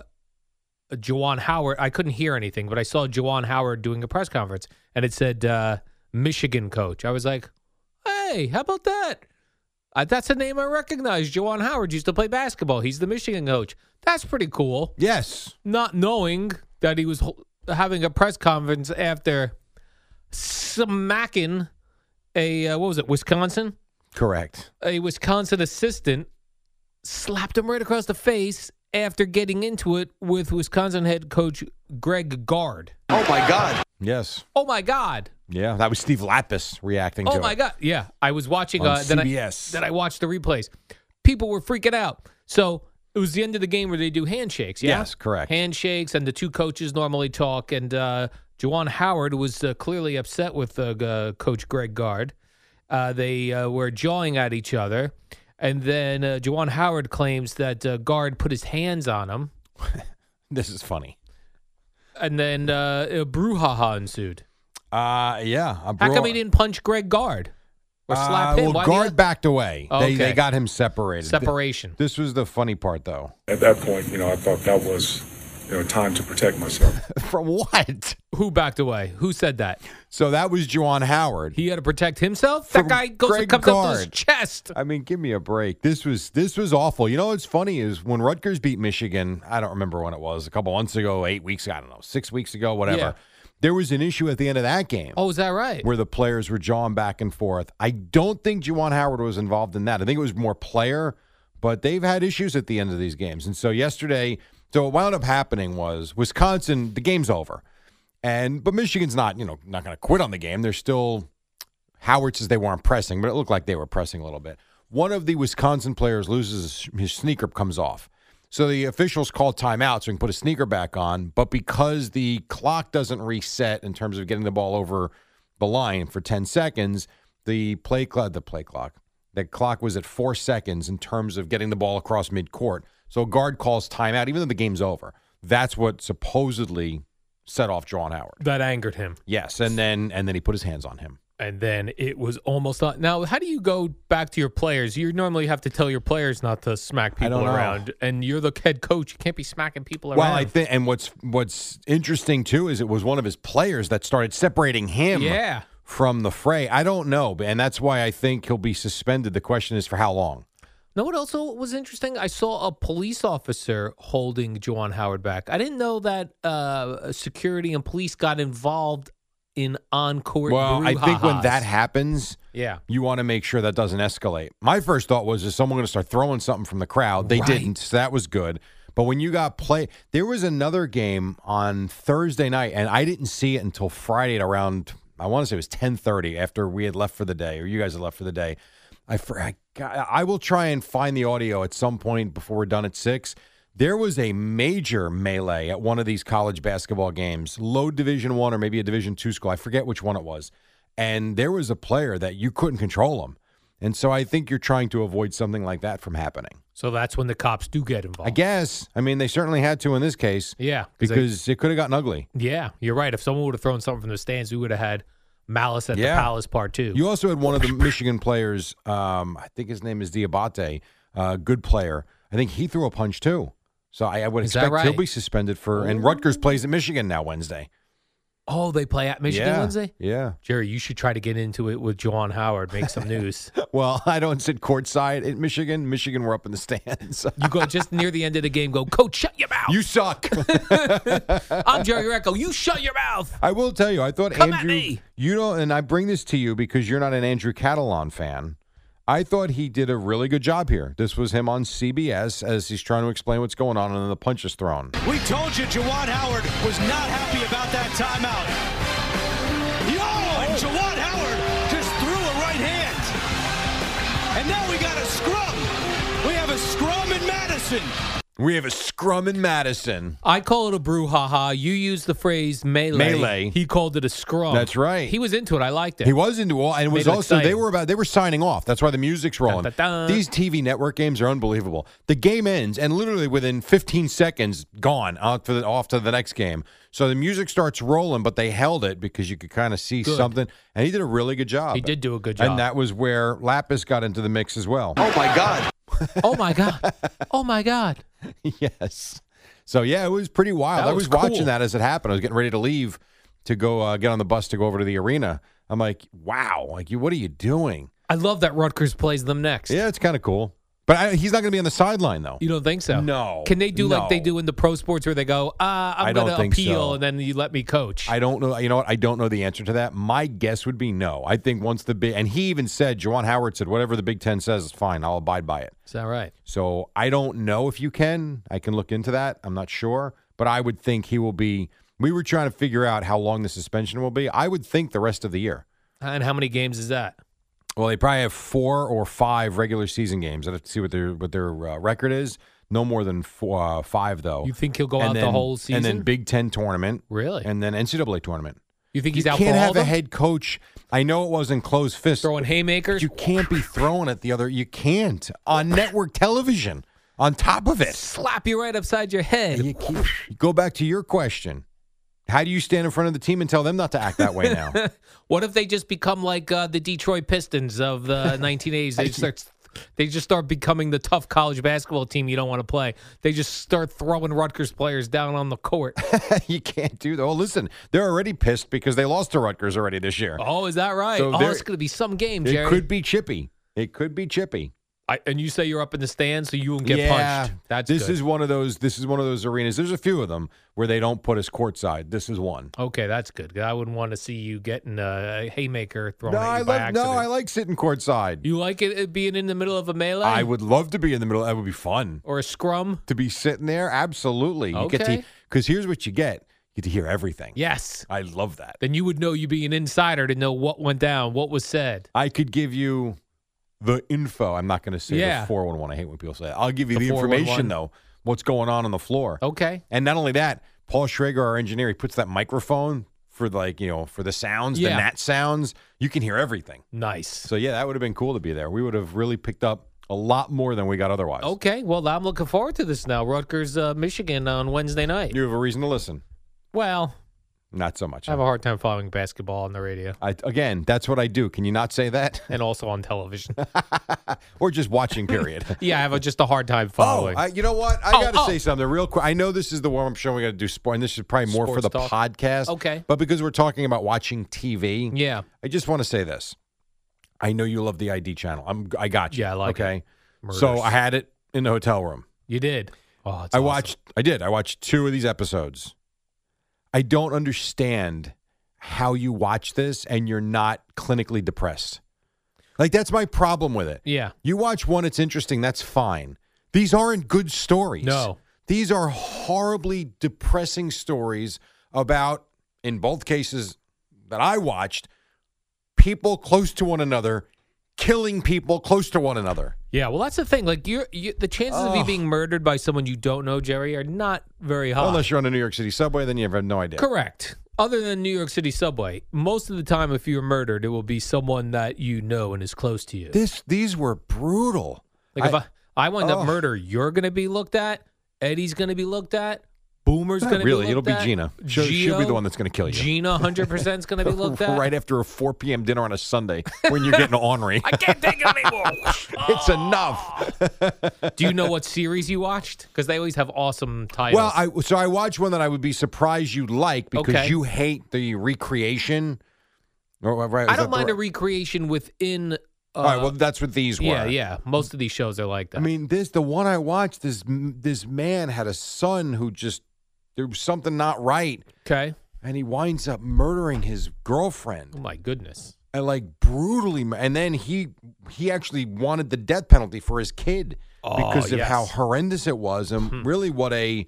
D: uh, Jawan Howard. I couldn't hear anything, but I saw Jawan Howard doing a press conference, and it said uh, Michigan coach. I was like, "Hey, how about that? Uh, that's a name I recognize. Jawan Howard used to play basketball. He's the Michigan coach. That's pretty cool."
E: Yes.
D: not knowing that he was ho- having a press conference after smacking a uh, what was it Wisconsin
E: Correct.
D: a Wisconsin assistant slapped him right across the face after getting into it with Wisconsin head coach Greg Gard.
E: Yes.
D: Oh my god.
E: Yeah. That was Steve Lapis reacting to
D: Oh
E: it.
D: my god. Yeah, I was watching
E: On
D: uh, then I
E: CBS.
D: then I watched the replays. People were freaking out. So it was the end of the game where they do handshakes. Yeah?
E: Yes, correct.
D: handshakes and the two coaches normally talk and uh, Juwan Howard was uh, clearly upset with uh, g- uh, coach Greg Gard. Uh, they uh, were jawing at each other and then uh, Juwan Howard claims that uh, Guard put his hands on him
E: This is funny.
D: and then uh, a brouhaha ensued.
E: Uh, yeah. a
D: How come
E: bro-
D: he didn't punch Greg Gard or slap
E: Uh,
D: him?
E: Well,
D: Why did he-
E: guard backed away.
D: Oh,
E: they,
D: okay.
E: they got him separated.
D: Separation.
E: This was the funny part, though.
I: At that point, you know, I thought that was, you know, time to protect myself.
E: From what?
D: Who backed away? Who said that?
E: So that was Juwan Howard.
D: He had to protect himself.
E: From
D: that guy goes
E: Greg
D: and comes up to his
E: Gard.
D: chest.
E: I mean, give me a break. This was this was awful. You know what's funny is when Rutgers beat Michigan. I don't remember when it was. A couple months ago, eight weeks. I don't know, six weeks ago, whatever.
D: Yeah.
E: There was an issue at the end of that game.
D: Oh, is that right?
E: where the players were jawing back and forth. I don't think Juwan Howard was involved in that. I think it was more player but they've had issues at the end of these games. And so yesterday, so what wound up happening was Wisconsin, the game's over. And but Michigan's not, you know, not going to quit on the game. They're still Howard says they weren't pressing, but it looked like they were pressing a little bit. One of the Wisconsin players loses his, his sneaker comes off. So the officials call timeout so we can put a sneaker back on, but because the clock doesn't reset in terms of getting the ball over the line for 10 seconds, the play clock, the play clock, the clock was at four seconds in terms of getting the ball across midcourt. So a guard calls timeout, even though the game's over. That's what supposedly set off John Howard.
D: That angered him.
E: Yes, and then and then he put his hands on him.
D: And then it was almost not. Now, how do you go back to your players? You normally have to tell your players not to smack
E: I don't
D: people
E: know.
D: around, and you're the head coach. You can't be smacking people around.
E: Well, I think, and what's what's interesting too is it was one of his players that started separating him
D: Yeah.
E: from the fray. I don't know, and that's why I think he'll be suspended. The question is for how long.
D: No, what also was interesting? I saw a police officer holding Juwan Howard back. I didn't know that uh, security and police got involved in on-court.
E: Well, I think when that
D: brouhahas.
E: happens,
D: yeah,
E: you want to make sure that doesn't escalate. My first thought was, is someone going to start throwing something from the crowd? They
D: Right.
E: didn't, so that was good. But when you got play, there was another game on Thursday night, and I didn't see it until Friday at around I want to say it was ten thirty after we had left for the day, or you guys had left for the day. I, fr- I, got- I will try and find the audio at some point before we're done at six. There was a major melee at one of these college basketball games, low Division One or maybe a Division Two school. I forget which one it was, and there was a player that you couldn't control him, and so I think you're trying to avoid something like that from happening.
D: so that's when the cops do get
E: I
D: involved.
E: guess. I mean, they certainly had to in this case
D: yeah, they-
E: because it could have gotten ugly.
D: yeah, you're right. If someone would have thrown something from the stands, we would have had malice at
E: Yeah.
D: the palace part two.
E: You also had one of the Michigan players. Um, I think his name is Diabate, uh, good player. I think he threw a punch too. So I, I would
D: Is that
E: expect he'll
D: right?
E: be suspended for. And Rutgers plays at Michigan now Wednesday.
D: oh, they play at Michigan
E: yeah.
D: Wednesday.
E: Yeah.
D: Jerry, you should try to get into it with Juwan Howard. Make some news.
E: Well, I don't sit courtside at Michigan. Michigan, we're up in the stands.
D: you go just near the end of the game. Go, coach, shut your mouth.
E: you suck.
D: I'm Jerry Recco. You shut your mouth.
E: I will tell you. I thought
D: Come at
E: Andrew.
D: me.
E: You know, and I bring this to you because you're not an Andrew Catalan fan. I thought he did a really good job here. This was him on CBS as he's trying to explain what's going on, and then the punch is thrown.
J: We told you Jawan Howard was not happy about that timeout. Yo, and Jawan Howard just threw a right hand. And now we got a scrum. We have a scrum in Madison.
E: We have a scrum in Madison.
D: I call it a brouhaha. You use the phrase melee.
E: Melee.
D: He called it a scrum.
E: That's right.
D: He was into it. I liked it.
E: He was into all, and it was
D: Made it
E: also they
D: exciting.
E: were about they were signing off. That's why the music's rolling.
D: Dun-dun-dun.
E: These TV network games are unbelievable. The game ends, and literally within 15 seconds, gone out for the, off to the next game. So the music starts rolling, but they held it because you could kind of see
D: Good.
E: something. And he did a really good job.
D: He did do a good job.
E: and that was where Lapis got into the mix as well.
J: Oh my God.
D: oh my god. Oh my god.
E: yes. So yeah, it was pretty wild.
D: That
E: I
D: was
E: was
D: cool.
E: watching that as it happened. I was getting ready to leave to go uh, get on the bus to go over to the arena. I'm like, wow, like you, what are you doing?
D: I love that Rutgers plays them next.
E: Yeah, it's kind of cool. But I, he's not going to be on the sideline though.
D: You don't think so?
E: No,
D: Can they do like they
E: no.
D: do in the pro sports where they go, uh, I'm
E: I don't
D: going to
E: think
D: appeal
E: so.
D: and then you let me coach?
E: I don't know. You know what? I don't know the answer to that. My guess would be no. I think once the big and he even said, Jawan Howard said, whatever the Big Ten says is fine. I'll abide by it.
D: Is that right?
E: So I don't know if you can. I can look into that. I'm not sure, but I would think he will be. We were trying to figure out how long the suspension will be. I would think the rest of the year.
D: And how many games is that?
E: Well, they probably have four or five regular season games. I would have to see what their what their uh, record is. No more than four, uh, five, though.
D: You think he'll go
E: And
D: out the
E: then-
D: whole
E: And then
D: season?
E: Big Ten tournament,
D: Really?
E: and then NCAA tournament.
D: you think he's
E: you
D: out
E: can't
D: for all
E: have
D: of
E: a
D: them?
E: head coach. I know it wasn't closed fist.
D: throwing haymakers?
E: You can't be throwing at the other. You can't on network television. On top of it,
D: Slap you right upside your head.
E: you can't- go back to your question. How do you stand in front of the team and tell them not to act that way now?
D: What if they just become like uh, the Detroit Pistons of the 1980s? They start, they just start becoming the tough college basketball team you don't want to play. They just start throwing Rutgers players down on the court.
E: you can't do that. Oh, listen, they're already pissed because they lost to Rutgers already this year.
D: oh, is that right?
E: So
D: oh,
E: there-
D: it's going to be some game,
E: it
D: Jerry.
E: could be chippy. It could be chippy.
D: I, and you say you're up in the stands, so you won't get punched. That's
E: this
D: good.
E: is one of those. This is one of those arenas. There's a few of them where they don't put us courtside. This is one.
D: okay. That's good. 'cause I wouldn't want to see you getting uh, a haymaker thrown
E: No,
D: at you
E: I
D: by
E: love,
D: accident.
E: no, I like sitting courtside.
D: You like it, it being in the middle of a melee?
E: I would love to be in the middle. That would be fun.
D: Or a scrum
E: to be sitting there. Absolutely. You get to
D: Okay.
E: because here's what you get. You get to hear everything.
D: Yes.
E: I love that.
D: Then you would know you be an insider to know what went down, what was said.
E: I could give you the info. I'm not going to say
D: Yeah.
E: the 411. I hate when people say that. I'll give you
D: The
E: the, information,
D: 411.
E: though, what's going on on the floor.
D: Okay.
E: And not only that, Paul Schrager, our engineer, he puts that microphone for like, you know, for the sounds, the
D: Yeah.
E: gnat sounds. You can hear everything.
D: Nice.
E: So, yeah, that would have been cool to be there. We would have really picked up a lot more than we got otherwise.
D: Okay. Well, I'm looking forward to this now. Rutgers, uh, Michigan on Wednesday night.
E: You have a reason to listen.
D: Well,
E: Not so much.
D: I have a hard time following basketball on the radio
E: I, again, that's what I do. Can you not say that?
D: and also on television.
E: or just watching, period.
D: yeah, I have a, just a hard time following.
E: Oh, I, you know what? I
D: Oh,
E: got to
D: oh.
E: say something real quick. I know this is the warm up show. We got to do sport, and this is probably more for
D: Sports
E: the
D: talk.
E: podcast.
D: Okay.
E: But because we're talking about watching TV,
D: yeah.
E: I just want to say this. I know you love the ID channel. I'm, I got you.
D: Yeah, I like it.
E: okay.
D: Murders.
E: So I had it in the hotel room.
D: You did. Oh, it's
E: I
D: awesome.
E: watched. I did. I watched two of these episodes. I don't understand how you watch this and you're not clinically depressed. Like that's my problem with it.
D: Yeah.
E: You watch one, it's interesting, that's fine. These aren't good stories.
D: No.
E: These are horribly depressing stories about, in both cases that I watched, people close to one another killing people close to one another.
D: Yeah, well, that's the thing. Like, you're, you, the chances of you
E: Ugh.
D: being murdered by someone you don't know, Jerry, are not very high.
E: Unless you're on a New York City subway, then you have no idea.
D: Correct. Other than New York City subway, most of the time, if you're murdered, it will be someone that you know and is close to you.
E: This, these were brutal.
D: Like if I, I wind up
E: Ugh.
D: murder, you're going to be looked at. Eddie's going to be looked at. Boomer's
E: Not
D: going to
E: really.
D: be
E: It'll
D: looked
E: be
D: at.
E: Gina. She'll- she'll be the
D: Gio-
E: one that's gonna kill you.
D: Gina, hundred percent, is going to be looked at.
E: right after a 4 p.m. dinner on a Sunday when you're getting ornery. I can't take it anymore. it's enough.
D: Do you know what series you watched? Because they always have awesome titles.
E: Well, I so I watched one that I would be surprised you like because
D: Okay.
E: you hate the recreation. Or,
D: I
E: right, is that
D: don't
E: the
D: mind a
E: right-
D: recreation within. Uh,
E: All right, well, that's what these were.
D: yeah, yeah. Most of these shows are like that.
E: I mean, this the one I watched. This this man had a son who just there was something not right,
D: okay.
E: and he winds up murdering his girlfriend.
D: Oh my goodness.
E: and like brutally ma- and then he he actually wanted the death penalty for his kid
D: Oh,
E: because of how
D: yes. Hmm.
E: horrendous it was and really what a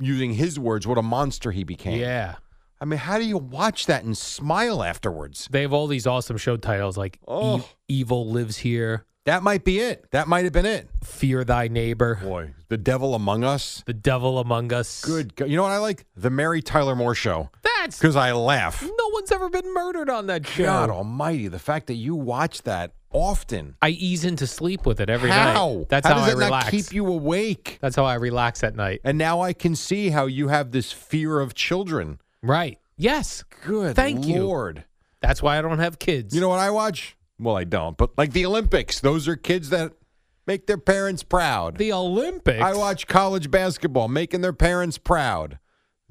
E: using his words what a monster he became
D: Yeah.
E: i mean how do you watch that and smile afterwards
D: They have all these awesome show titles like
E: Oh.
D: Ev- Evil Lives Here,
E: that might be it that might have been it
D: Fear Thy Neighbor,
E: boy the devil among us
D: The Devil Among Us.
E: good go- you know what i like the mary tyler moore show
D: That's
E: because i laugh
D: no one's ever been murdered on that show.
E: god almighty the fact that you watch that often
D: I ease into sleep with it every
E: how
D: night. That's
E: how,
D: how,
E: does
D: I
E: it
D: relax.
E: not keep you awake
D: That's how I relax at night.
E: And now I can see how you have this fear of children.
D: Right. Yes.
E: Good
D: Thank you.
E: Lord.
D: That's why I don't have kids.
E: You know what I watch? Well, I don't, but like the Olympics, those are kids that make their parents proud.
D: the Olympics.
E: I watch college basketball, making their parents proud.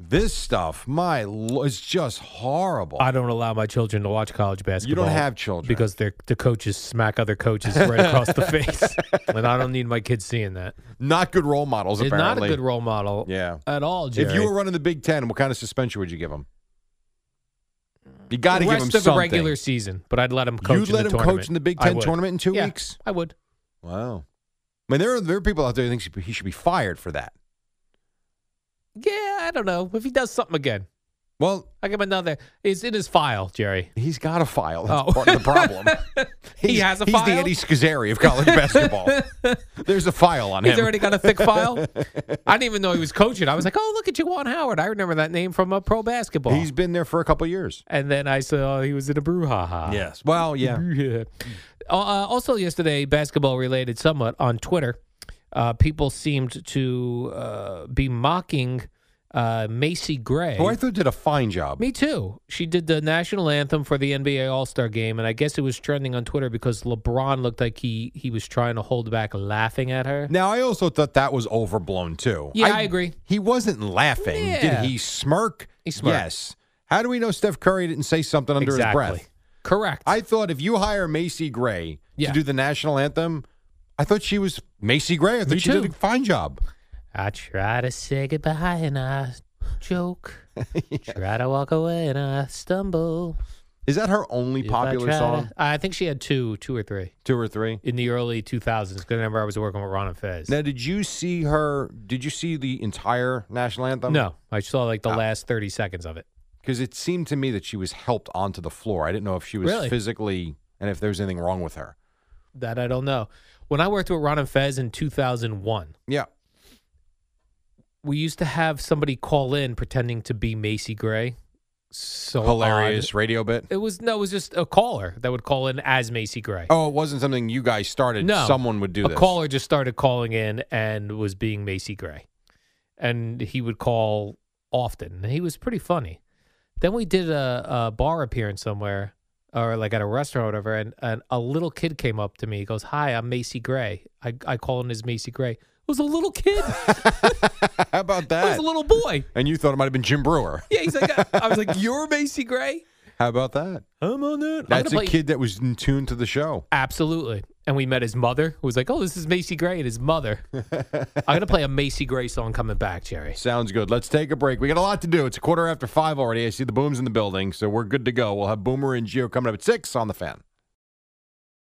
E: This stuff, my, lo- is just horrible.
D: I don't allow my children to watch college basketball.
E: have children.
D: because their the coaches smack other coaches right across the face, and I don't need my kids seeing that.
E: Not good role models,
D: It's not a
E: apparently.
D: good role model.
E: Yeah.
D: At all, Jerry.
E: If you were running the Big Ten, what kind of suspension would you give them? You got to
D: the
E: give
D: rest
E: them
D: of the
E: something.
D: regular season, but I'd let him coach.
E: You'd
D: in
E: let
D: the
E: him coach
D: tournament.
E: in the Big
D: I
E: Ten
D: would.
E: tournament in two
D: Yeah,
E: weeks?
D: I would.
E: Wow. I mean, there are, there are people out there who think he should be fired for that.
D: Yeah, I don't know if he does something again.
E: Well,
D: I give him another. It's in his file, Jerry.
E: He's got a file. That's
D: Oh.
E: part of the problem.
D: He
E: He's-
D: has a
E: He's
D: file?
E: the Eddie Scazzeri of college basketball. There's a file on
D: He's
E: him.
D: already got a thick file. I didn't even know he was coaching. I was like, oh, look at Juwan Howard. I remember that name from uh, pro basketball.
E: He's been there for a couple years.
D: and then I saw he was in a brouhaha.
E: Yes. Well,
D: Mm-hmm.
E: yeah.
D: Yeah. Uh, also, yesterday, basketball related somewhat on Twitter, uh, people seemed to uh, be mocking uh, Macy Gray.
E: Who I thought did a fine job.
D: Me too. She did the national anthem for the NBA All Star game, and I guess it was trending on Twitter because LeBron looked like he he was trying to hold back laughing at her.
E: Now, I also thought that was overblown, too.
D: Yeah, I agree.
E: He wasn't laughing.
D: Yeah.
E: Did he smirk?
D: He smirked.
E: Yes. How do we know Steph Curry didn't say something under
D: exactly.
E: his breath?
D: Correct.
E: I thought if you hire Macy Gray
D: Yeah.
E: to do the national anthem, I thought she was Macy Gray. I thought
D: Me
E: she
D: too.
E: did a fine job.
D: I try to say goodbye and I joke. Try to walk away and I stumble.
E: Is that her only
D: If I
E: popular
D: try to-
E: song?
D: I think she had two, two or three
E: Two or three?
D: in the early 2000s. Because I remember I was working with Ron and Fez.
E: Now, did you see her? Did you see the entire national anthem?
D: No, I saw like the last 30 seconds of it.
E: because it seemed to me that she was helped onto the floor. I didn't know if she was
D: Really?
E: physically and if there was anything wrong with her.
D: That I don't know. When I worked with Ron and Fez in 2001,
E: Yeah,
D: we used to have somebody call in pretending to be Macy Gray. So
E: hilarious
D: odd.
E: radio bit.
D: It was no, it was just a caller that would call in as Macy Gray.
E: Oh, it wasn't something you guys started.
D: no,
E: someone would do
D: a
E: this.
D: caller just started calling in and was being Macy Gray, and he would call often. And he was pretty funny. Then we did a, a bar appearance somewhere, or like at a restaurant or whatever, and, and a little kid came up to me. He goes, "Hi, I'm Macy Gray. I, I call in as Macy Gray." It was a little kid.
E: How about
D: I was
E: that?
D: a little boy.
E: and you thought it might have been Jim Brewer.
D: Yeah, he's like, I, I was like, "You're Macy Gray."
E: How about that?
D: I'm on that. I'm
E: That's
D: gonna
E: a
D: play-
E: kid that was in tune to the show.
D: Absolutely. And we met his mother, who was like, "Oh, this is Macy Gray." And his mother. I'm gonna play a Macy Gray song coming back, Jerry.
E: Sounds good. Let's take a break. We got a lot to do. It's a quarter after five already. I see the booms in the building, so we're good to go. We'll have Boomer and Geo coming up at six on the fan.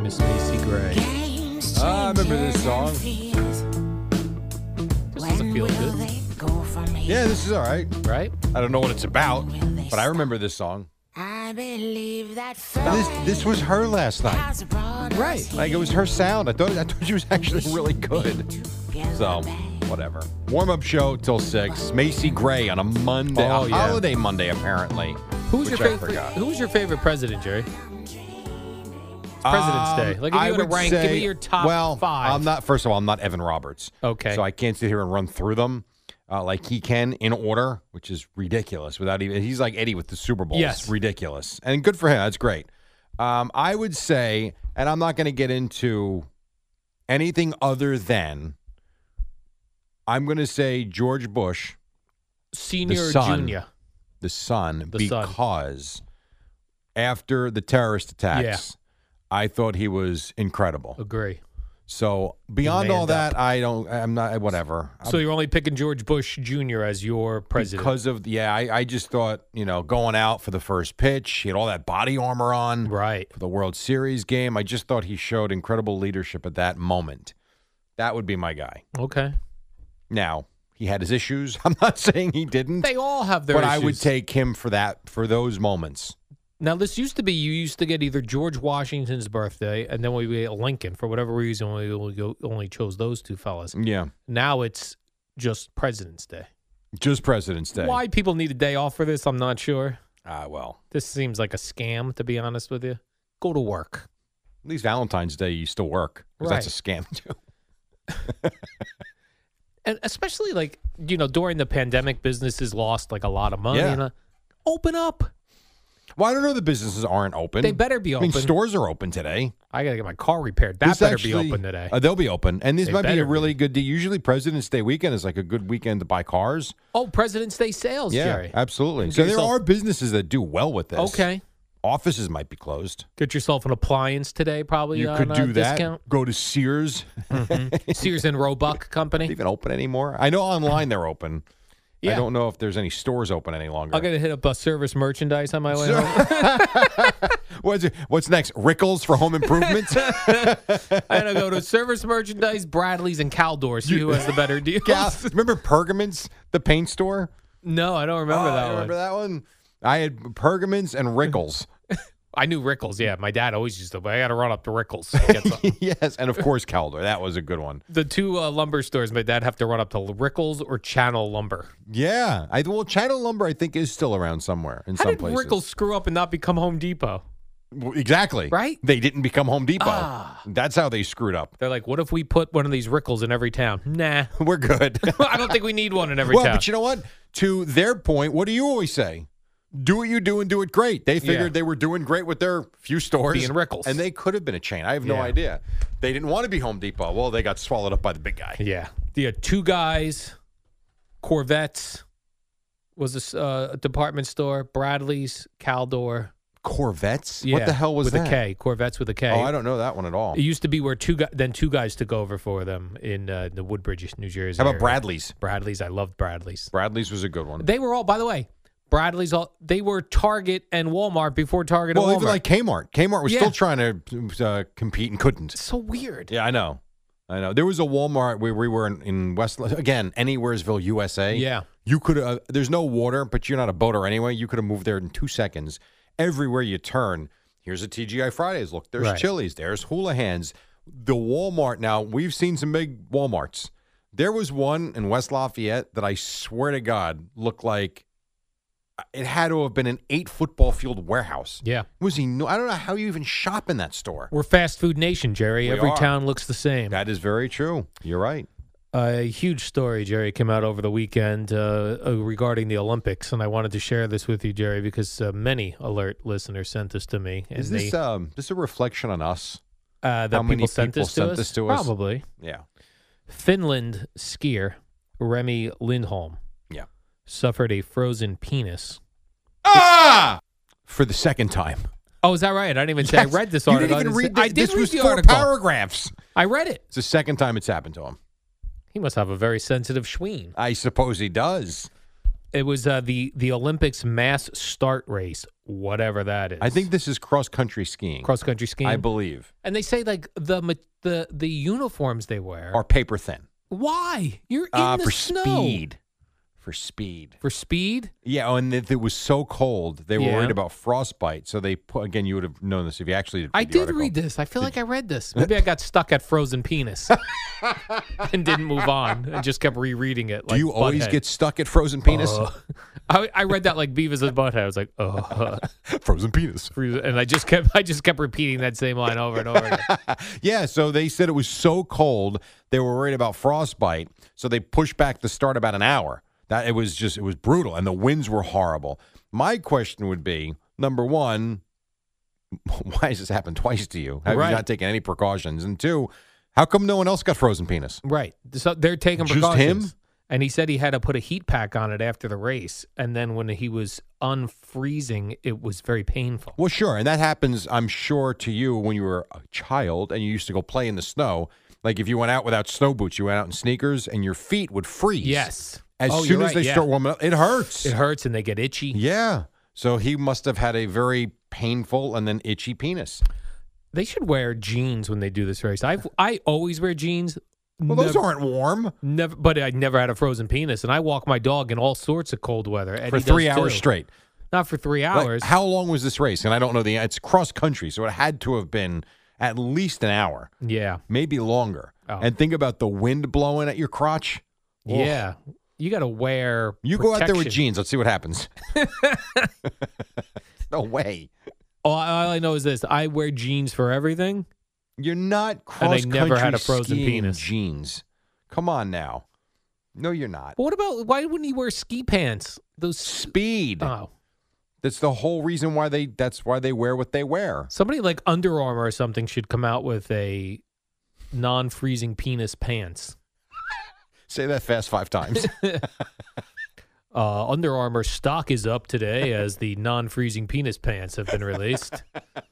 D: Miss Macy Gray.
E: I remember this song.
D: This doesn't feel good,
E: Yeah, this is all right.
D: right?
E: I don't know what it's about, but I remember this song.
K: I believe that
E: This this was her last night.
K: Right.
E: Like it was her sound. I thought I thought she was actually really good. So whatever. Warm up show till six. Macy Gray on a Monday,
D: Oh,
E: a
D: yeah.
E: holiday Monday apparently.
D: Who was
E: which
D: your
E: I
D: favorite?
E: forgot.
D: Who was your favorite president, Jerry? It's President's
E: Um,
D: Day. Like if you
E: I
D: had to
E: would
D: rank, give
E: say-
D: me your top
E: well,
D: five.
E: I'm not. First of all, I'm not Evan Roberts.
D: Okay.
E: So I can't sit here and run through them uh, like he can in order, which is ridiculous. Without even, he's like Eddie with the Super Bowl.
D: Yes.
E: It's ridiculous. And good for him. That's great. Um, I would say, and I'm not going to get into anything other than I'm going to say George Bush,
D: Senior or
E: son.
D: junior?
E: the son,
D: The son.
E: because after the terrorist attacks, I thought he was incredible.
D: Agree.
E: So beyond
D: manned
E: all that, I don't. I'm not. Whatever.
D: So you're only picking George Bush Jr. as your president.
E: because of yeah, I, I just thought you know going out for the first pitch, he had all that body armor on
D: right.
E: for the World Series game. I just thought he showed incredible leadership at that moment. That would be my guy.
D: Okay.
E: Now he had his issues. I'm not saying he didn't,
D: They all have their
E: but I would
D: issues.
E: take him for that for those moments.
D: Now, this used to be you used to get either George Washington's birthday, and then we would get Lincoln. For whatever reason, we only, go, only chose those two fellas.
E: Yeah,
D: Now it's just President's Day.
E: just President's Day.
D: Why people need a day off for this, I'm not sure.
E: Ah, well,
D: This seems like a scam, to be honest with you. Go to work.
E: at least Valentine's Day you still work 'cause that's a scam too.
D: And especially, like, you know, during the pandemic, businesses lost like a lot of money.
E: Yeah.
D: And, uh, open up.
E: Well, I don't know. The businesses aren't open.
D: They better be
E: I mean,
D: open.
E: stores are open today.
D: I got to get my car repaired. That
E: This
D: better
E: actually-
D: be open today.
E: uh, they'll be open, and this
D: They
E: might be
D: better
E: a
D: be.
E: really good. Day. Usually, President's Day weekend is like a good weekend to buy cars.
D: oh, President's Day sales,
E: yeah,
D: Jerry.
E: absolutely.
D: Get
E: So there
D: yourself-
E: are businesses that do well with this.
D: Okay.
E: offices might be closed.
D: Get yourself an appliance today, probably.
E: you
D: on
E: could
D: a
E: do that.
D: Discount.
E: Go to Sears.
D: Sears and Roebuck
E: Not
D: Company.
E: even open anymore. I know online they're open. I
D: Yeah.
E: don't know if there's any stores open any longer.
D: I'm gonna hit up a service merchandise on my way.
E: So-
D: home.
E: what's, what's next? Rickles for home improvement.
D: I'm gonna go to service merchandise, Bradley's, and Caldor. See who has the better deals.
E: Yeah, remember Pergaments, the paint store?
D: No, I don't remember
E: Oh,
D: that one.
E: you Remember that one? I had Pergaments and Rickles.
D: I knew Rickles. Yeah, my dad always used to. But I got to run up to Rickles. to get some.
E: yes, and of course Calder. That was a good one.
D: the two uh, lumber stores, my dad have to run up to Rickles or Channel Lumber.
E: Yeah, I well, China lumber I think is still around somewhere in
D: How
E: some
D: did
E: places.
D: Rickles screw up and not become Home Depot?
E: W- exactly
D: Right?
E: They didn't become Home Depot.
D: Ah.
E: That's how they screwed up.
D: They're like, what if we put one of these Rickles in every town? Nah,
E: We're good.
D: I don't think we need one in every
E: well,
D: town.
E: but you know what? To their point, what do you always say? Do what you do and do it great. They figured
D: Yeah.
E: they were doing great with their few stores.
D: Being Rickles.
E: And they could have been a chain. I have no
D: Yeah.
E: idea. They didn't want to be Home Depot. Well, they got swallowed up by the big guy.
D: yeah, the uh, two guys, Corvettes was a s- uh, a department store. Bradley's, Caldor.
E: Corvettes?
D: Yeah,
E: what the hell was
D: with
E: that?
D: a K? Corvettes with a K.
E: Oh, I don't know that one at all.
D: It used to be where two guys, then two guys took over for them in uh, the Woodbridge, New Jersey.
E: How about
D: area.
E: Bradley's?
D: Bradley's, I loved Bradley's.
E: Bradley's was a good one.
D: They were all, by the way, Bradley's all. They were Target and Walmart before Target
E: well,
D: and Walmart.
E: even like Kmart. Kmart was
D: Yeah.
E: still trying to uh, compete and couldn't.
D: It's so weird.
E: Yeah, I know. I know. There was a Walmart where we were in, in West, again, anywheresville, USA.
D: Yeah.
E: You could have, there's no water, but you're not a boater anyway. You could have moved there in two seconds. Everywhere you turn, here's a TGI Fridays. Look, there's
D: Right.
E: Chili's, there's Hula Hands. The Walmart now, we've seen some big Walmarts. There was one in West Lafayette that I swear to God looked like uh, it had to have been an eight football field warehouse.
D: Yeah.
E: It was eno- I don't know how you even shop in that store.
D: We're fast food nation, Jerry.
E: We
D: Every
E: are.
D: town looks the same.
E: That is very true. You're right.
D: a huge story, Jerry, came out over the weekend uh, uh, regarding the Olympics, and I wanted to share this with you, Jerry, because uh, many alert listeners sent this to me. And
E: Is this
D: they,
E: um this a reflection on us?
D: uh, that
E: how many
D: people sent,
E: people
D: this,
E: sent
D: to
E: this
D: us?
E: to us?
D: Probably.
E: Yeah.
D: Finland skier Remy Lindholm
E: Yeah.
D: suffered a frozen penis.
E: Ah! For the second time.
D: Oh, is that right? I didn't even say I read this
E: You
D: article.
E: didn't even
D: I,
E: read
D: say- I
E: thi-
D: did
E: this
D: read
E: was
D: the
E: four
D: article.
E: paragraphs.
D: I read it.
E: It's the second time it's happened to him.
D: He must have a very sensitive schween.
E: I suppose he does.
D: It was uh, the the Olympics mass start race, whatever that is.
E: I think this is cross country skiing.
D: cross country skiing.
E: I believe.
D: and they say like the ma- the the uniforms they wear.
E: Or paper thin.
D: Why you're in
E: Uh,
D: the
E: for
D: snow
E: speed. For speed.
D: for speed?
E: Yeah, oh, and it, it was so cold they were
D: Yeah.
E: worried about frostbite. So they put again. You would have known this if you actually did. Read
D: I
E: the
D: did
E: article.
D: read this. I feel like I read this. Maybe I got stuck at frozen penis and didn't move on and just kept rereading it.
E: Do
D: like
E: you always
D: Butthead. Uh.
E: get stuck at frozen penis?
D: Ugh. I, I read that like Beavis and Butthead. I was like, oh,
E: frozen penis.
D: and I just kept I just kept repeating that same line over and over. Again.
E: Yeah, so they said it was so cold they were worried about frostbite, so they pushed back the start about an hour. That it was just it was brutal, and the winds were horrible. My question would be number one, why has this happened twice to you? Have
D: Right.
E: you not taken any precautions? And two, how come no one else got frozen penis?
D: Right. So they're taking
E: Just him?
D: precautions. And he said he had to put a heat pack on it after the race, and then when he was unfreezing, it was very painful.
E: Well, sure, and that happens, I'm sure, to you when you were a child and you used to go play in the snow. Like if you went out without snow boots, you went out in sneakers, and your feet would freeze.
D: Yes.
E: As
D: Oh,
E: soon
D: you're
E: as
D: right,
E: they
D: yeah.
E: start warming up, it hurts.
D: It hurts and they get itchy.
E: Yeah. So he must have had a very painful and then itchy penis.
D: They should wear jeans when they do this race. I have I always wear jeans.
E: Well, those
D: Never-
E: aren't warm
D: Never, but I never had a frozen penis, and I walk my dog in all sorts of cold weather and
E: for
D: he does
E: three hours
D: too.
E: straight.
D: Not for three
E: Like,
D: hours.
E: how long was this race? And I don't know the. It's cross country, so it had to have been at least an hour,
D: yeah,
E: maybe longer.
D: Oh.
E: And think about the wind blowing at your crotch. Ugh.
D: yeah. You got to wear.
E: You go out there with
D: protection.
E: jeans. Let's see what happens. no way.
D: All, all I know is this: I wear jeans for everything.
E: You're not
D: And I
E: cross country.
D: never had a frozen penis.
E: Jeans. Come on now. No, you're not.
D: But what about why wouldn't he wear ski pants? Those
E: Speed.
D: Oh,
E: That's the whole reason why they. That's why they wear what they wear.
D: somebody like Under Armour or something should come out with a non-freezing penis pants.
E: Say that fast five times.
D: Uh, Under Armour stock is up today as the non-freezing penis pants have been released.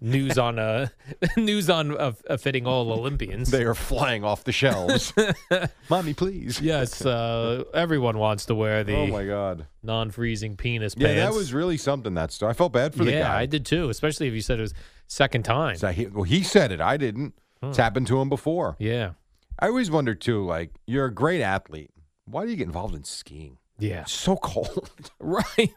D: news on uh, news on uh, uh, fitting all Olympians.
E: they are flying off the shelves. Mommy, please.
D: yes, uh, everyone wants to wear the
E: Oh my God.
D: non-freezing penis
E: Yeah,
D: pants.
E: that was really something. That story. I felt bad for the
D: yeah,
E: guy.
D: I did too. Especially if you said it was second time.
E: So he, well, he said it. I didn't. It's happened to him before.
D: Hmm. Yeah,
E: I always wonder too. Like you're a great athlete. Why do you get involved in skiing?
D: yeah,
E: It's so cold.
D: right.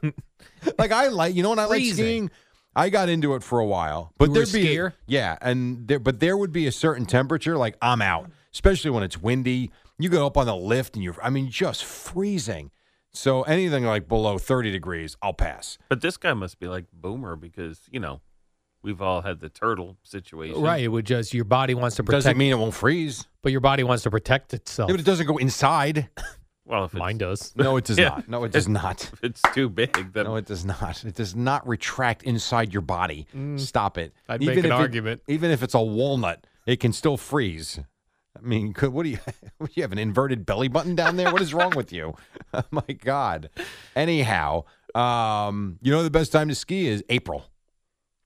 E: like I like. You know what I like
D: Freezing.
E: skiing. I got into it for a while,
D: You
E: but
D: were a
E: there'd be
D: skier?
E: yeah, and there, but there would be a certain temperature like I'm out, especially when it's windy. You go up on the lift and you're, I mean, just freezing. So anything like below 30 degrees, I'll pass.
L: But this guy must be like Boomer because you know we've all had the turtle situation,
D: Right. It would just your body wants to protect.
L: Doesn't mean
E: it won't freeze.
D: But your body wants to protect itself.
E: Yeah, but it doesn't go inside.
L: Well, if
D: mine does.
E: No, it does not. No, it does not.
L: it's too big. Then
E: no, it does not. It does not retract inside your body.
D: Mm.
E: Stop it.
D: I'd make an
E: if it-
D: argument.
E: even if it's a walnut, it can still freeze. I mean, could, what do you? What, do you have an inverted belly button down there? What is wrong with you? Oh my god. Anyhow, um, you know the best time to ski is April.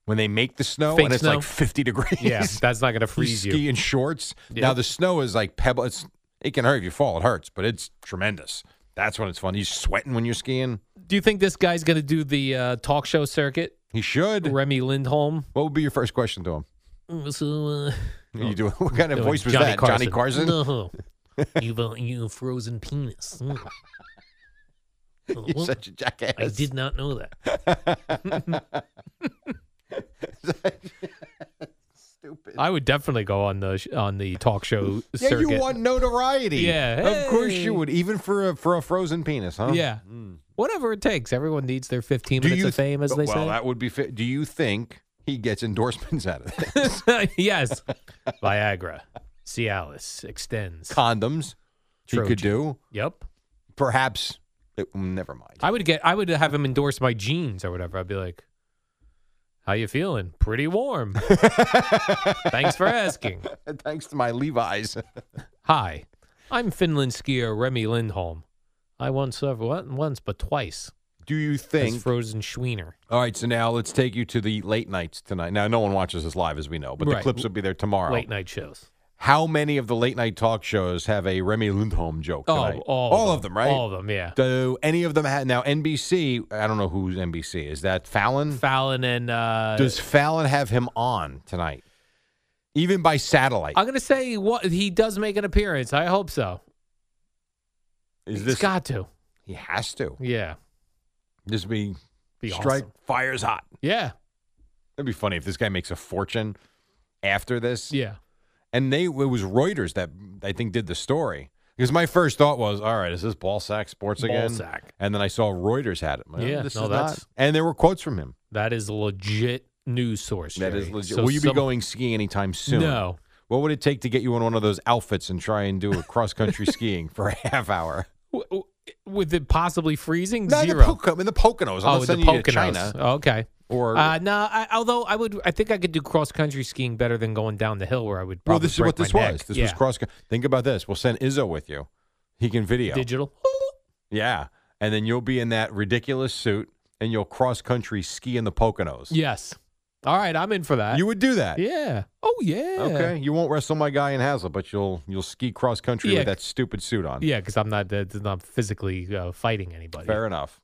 E: When they make the snow
D: Fake
E: and it's
D: snow?
E: like 50 degrees.
D: Yeah, that's not going to freeze you.
E: ski in shorts. Now the snow is like pebble. It's, it can hurt if you fall. It hurts, but it's tremendous. That's when it's fun. You sweating when you're skiing.
D: Do you think this guy's going to do the uh, talk show circuit?
E: He should.
D: Remy Lindholm.
E: What would be your first question to him?
D: So, uh,
E: What you doing? What kind of
D: doing
E: voice was
D: Johnny
E: that? Oh. Johnny Carson?
D: No. you've a, you have frozen penis. Mm. Uh,
E: You're
D: well,
E: such a jackass.
D: I did not know that.
E: Stupid.
D: I would definitely go on the sh- on the talk show
E: Yeah,
D: circuit.
E: you want notoriety.
D: Yeah,
E: of course
D: hey.
E: you would, even for a for a frozen penis, huh?
D: Yeah. Whatever it takes. Everyone needs their 15
E: Hmm. Do
D: minutes
E: you
D: of fame, as
E: th-
D: they
E: well,
D: say.
E: that would be. Fi- do you think he gets endorsements out of it?
D: yes. Viagra, Cialis, extends.
E: Condoms. He could do.
D: Yep.
E: Perhaps. It, never mind.
D: I would get. I would have him endorse my jeans or whatever. I'd be like, "How you feeling? Pretty warm. Thanks for asking.
E: Thanks to my Levi's.
D: Hi, I'm Finland skier Remy Lindholm. I won several, not once but twice.
E: Do you
D: as
E: think?
D: frozen Schweener?
E: All right, so now let's take you to the late nights tonight. Now, no one watches this live, as we know, but the
D: Right.
E: clips will be there tomorrow.
D: Late night shows.
E: How many of the late night talk shows have a Remy Lindholm joke?
D: Oh,
E: tonight?
D: all,
E: of them, right?
D: All of them, yeah.
E: Do any of them have now NBC? I don't know who's NBC. Is that Fallon?
D: Fallon and uh,
E: Does Fallon have him on tonight? Even by satellite?
D: I'm gonna say what he does make an appearance. I hope so.
E: Is
D: He's got to.
E: He has to.
D: Yeah.
E: This be,
D: Be
E: strike
D: awesome.
E: fires hot.
D: Yeah.
E: That'd be funny if this guy makes a fortune after this.
D: Yeah.
E: And they it was Reuters that I think did the story. Because my first thought was, all right, is this ball sack sports again?
D: Ballsack.
E: And then I saw Reuters had it. I'm like,
D: Yeah,
E: this
D: no,
E: is
D: that's-
E: not. And there were quotes from him.
D: That is a legit news source.
E: That is
D: Jerry.
E: legit.
D: So
E: Will you
D: some-
E: be going skiing anytime soon?
D: No.
E: What would it take to get you in one of those outfits and try and do a cross country skiing for a half hour?
D: W- w- with it possibly freezing?
E: No,
D: Zero.
E: the Poco- in the Poconos. I'm
D: oh,
E: not
D: the
E: sending you to
D: Poconos.
E: China.
D: okay.
E: Or
D: Uh, no, I, although I would, I think I could do cross country skiing better than going down the hill where I would. Probably
E: well, this is
D: break
E: what this
D: my neck.
E: was. This
D: yeah.
E: was cross. Think about this. We'll send Izzo with you. He can video.
D: digital.
E: Yeah, and then you'll be in that ridiculous suit and you'll cross country ski in the Poconos.
D: Yes. All right, I'm in for that.
E: You would do that.
D: Yeah. Oh yeah.
E: Okay, you won't wrestle my guy in Hazel, but you'll you'll ski cross country
D: Yeah.
E: with that stupid suit on.
D: Yeah, because I'm not, uh, not physically uh, fighting anybody.
E: Fair enough.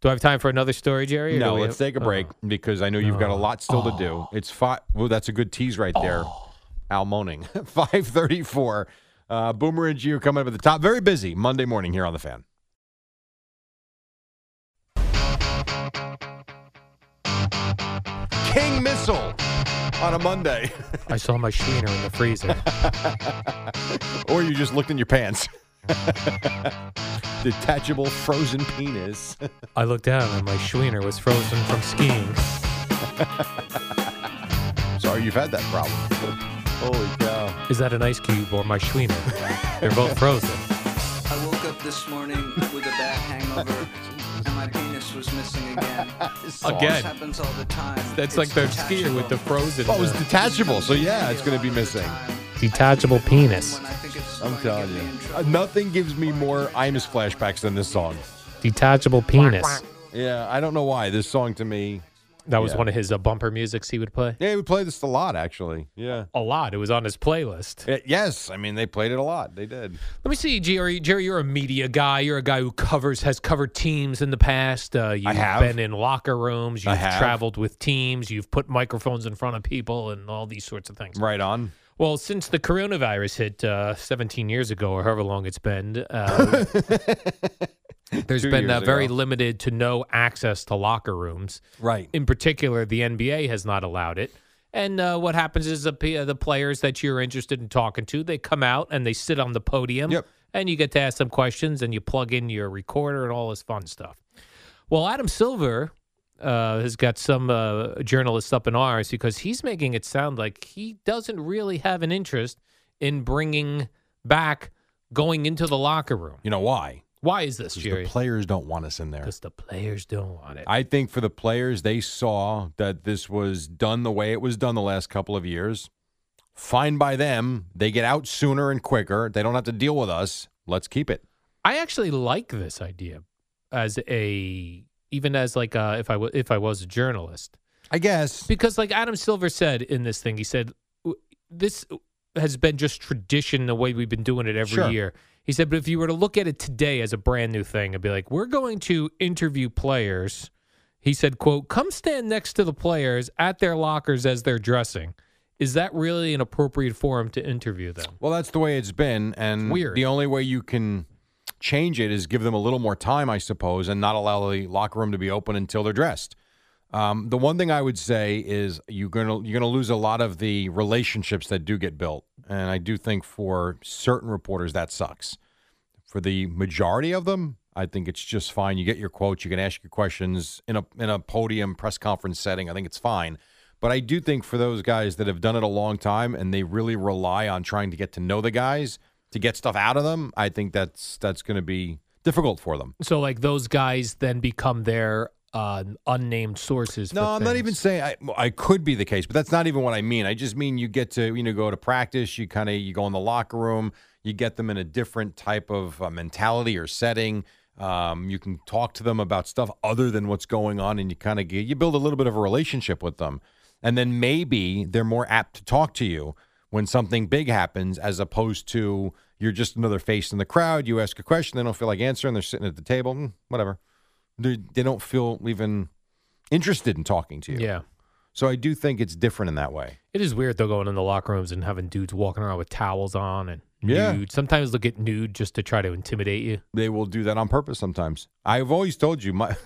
D: Do I have time for another story, Jerry? or do
E: No,
D: we
E: let's
D: have- Uh,
E: take a break because I know you've got a lot still to do. It's five. Well, that's a good tease right there. Al Moaning, five thirty-four. Uh, Boomer and Gio coming up at the top. Very busy Monday morning here on the fan. King Missile on a Monday,
D: I saw my Schweener in the freezer.
E: or you just looked in your pants. Detachable frozen penis.
D: I looked down and my Schweener was frozen from skiing.
E: Sorry, you've had that problem. Holy cow.
D: Is that an ice cube or my Schweener? They're both frozen.
M: I woke up this morning with a bad hangover, and my penis was missing again. This
D: Again.
M: happens all the time.
D: That's like the skier with the frozen. uh,
E: Oh, it was detachable, so yeah, it's going to be missing.
D: detachable penis.
E: I'm telling you. Uh, nothing gives me more Imus flashbacks than this song.
D: Detachable penis.
E: Yeah, I don't know why. This song to me.
D: That was
E: Yeah.
D: one of his uh, bumper musics he would play.
E: Yeah, we play this a lot, actually. Yeah.
D: A lot. It was on his playlist.
E: Uh, yes, I mean, they played it a lot. They did.
D: Let me see, Jerry. Jerry, you're a media guy. You're a guy who covers, has covered teams in the past. Uh, you've
E: have.
D: been in locker rooms.
E: I
D: You've
E: have.
D: traveled with teams. You've put microphones in front of people and all these sorts of things.
E: Right on.
D: Well, since the coronavirus hit uh, 17 years ago, or however long it's been, uh, There's
E: Two
D: been uh,
E: years
D: very
E: ago.
D: limited to no access to locker rooms.
E: Right.
D: In particular, the NBA has not allowed it. And uh, what happens is the p- uh, the players that you're interested in talking to, they come out and they sit on the podium, and you get to ask them questions, and you plug in your recorder and all this fun stuff. Well, Adam Silver uh, has got some uh, journalists up in arms because he's making it sound like he doesn't really have an interest in bringing back going into the locker room.
E: You know why?
D: Why is this,
E: The
D: Jerry?
E: players don't want us in there.
D: Because the players don't want it.
E: I think for the players, they saw that this was done the way it was done the last couple of years. Fine by them. They get out sooner and quicker. They don't have to deal with us. Let's keep it.
D: I actually like this idea as a even as like uh if I wa if I was a journalist.
E: I guess
D: because like Adam Silver said in this thing, he said "W- this has been just tradition the way we've been doing it every
E: Sure.
D: year. He said, but if you were to look at it today as a brand new thing, it'd be like we're going to interview players. He said, "quote Come stand next to the players at their lockers as they're dressing. Is that really an appropriate forum to interview them?"
E: Well, that's the way it's been, and
D: weird.
E: the only way you can change it is give them a little more time, I suppose, and not allow the locker room to be open until they're dressed. Um, the one thing I would say is you're gonna you're gonna lose a lot of the relationships that do get built, and I do think for certain reporters that sucks. For the majority of them, I think it's just fine. You get your quotes, you can ask your questions in a in a podium press conference setting. I think it's fine. But I do think for those guys that have done it a long time and they really rely on trying to get to know the guys to get stuff out of them, I think that's that's going to be difficult for them.
D: So like those guys then become their uh, unnamed sources. for
E: No, I'm not
D: things.
E: even saying I, I could be the case, but that's not even what I mean. I just mean you get to you know go to practice, you kind of you go in the locker room, you get them in a different type of uh, mentality or setting. Um, you can talk to them about stuff other than what's going on, and you kind of you build a little bit of a relationship with them, and then maybe they're more apt to talk to you when something big happens, as opposed to you're just another face in the crowd. You ask a question, they don't feel like answering, they're sitting at the table, mm, whatever. They, they don't feel even interested in talking to you.
D: Yeah.
E: So I do think it's different in that way.
D: It is weird though going in the locker rooms and having dudes walking around with towels on and
E: Yeah.
D: nude. Sometimes they'll get nude just to try to intimidate you.
E: They will do that on purpose sometimes. I've always told you my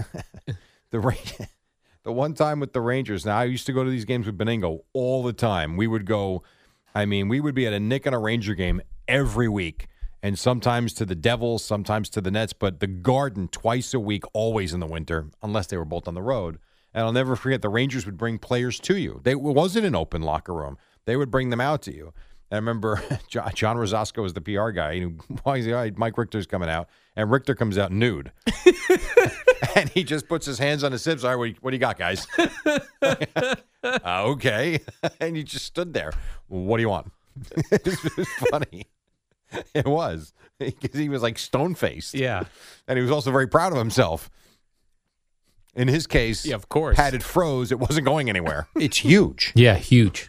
E: the Ra- the one time with the Rangers. Now I used to go to these games with Beningo all the time. We would go. I mean, we would be at a Nick and a Ranger game every week, and sometimes to the Devils, sometimes to the Nets. But the Garden twice a week, always in the winter, unless they were both on the road. And I'll never forget the Rangers would bring players to you. They it wasn't an open locker room. They would bring them out to you. And I remember John, John Rosasco was the PR guy. You know, why is he? all right, Mike Richter's coming out, and Richter comes out nude, and he just puts his hands on his hips. All right, what, do you- what do you got, guys? Uh, okay, and you just stood there. What do you want? it was funny. It was because he was like stone faced.
D: Yeah,
E: and he was also very proud of himself. In his case, yeah,
D: of course,
E: had it froze, it wasn't going anywhere. It's huge.
D: Yeah, huge.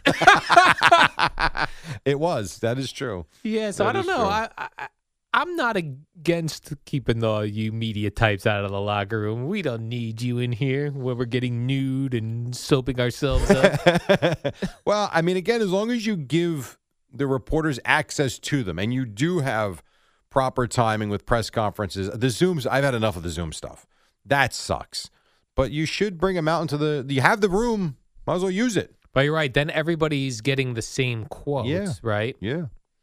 E: It was. That is true.
D: Yeah, so I
E: That
D: don't
E: is
D: know.
E: true.
D: I, I I- I'm not against keeping all you media types out of the locker room. We don't need you in here when we're getting nude and soaping ourselves up.
E: well, I mean, again, as long as you give the reporters access to them and you do have proper timing with press conferences, the Zooms, I've had enough of the Zoom stuff. That sucks. But you should bring them out into the, you have the room, might as well use it.
D: but you're right. Then everybody's getting the same quotes,
E: Yeah.
D: right?
E: Yeah.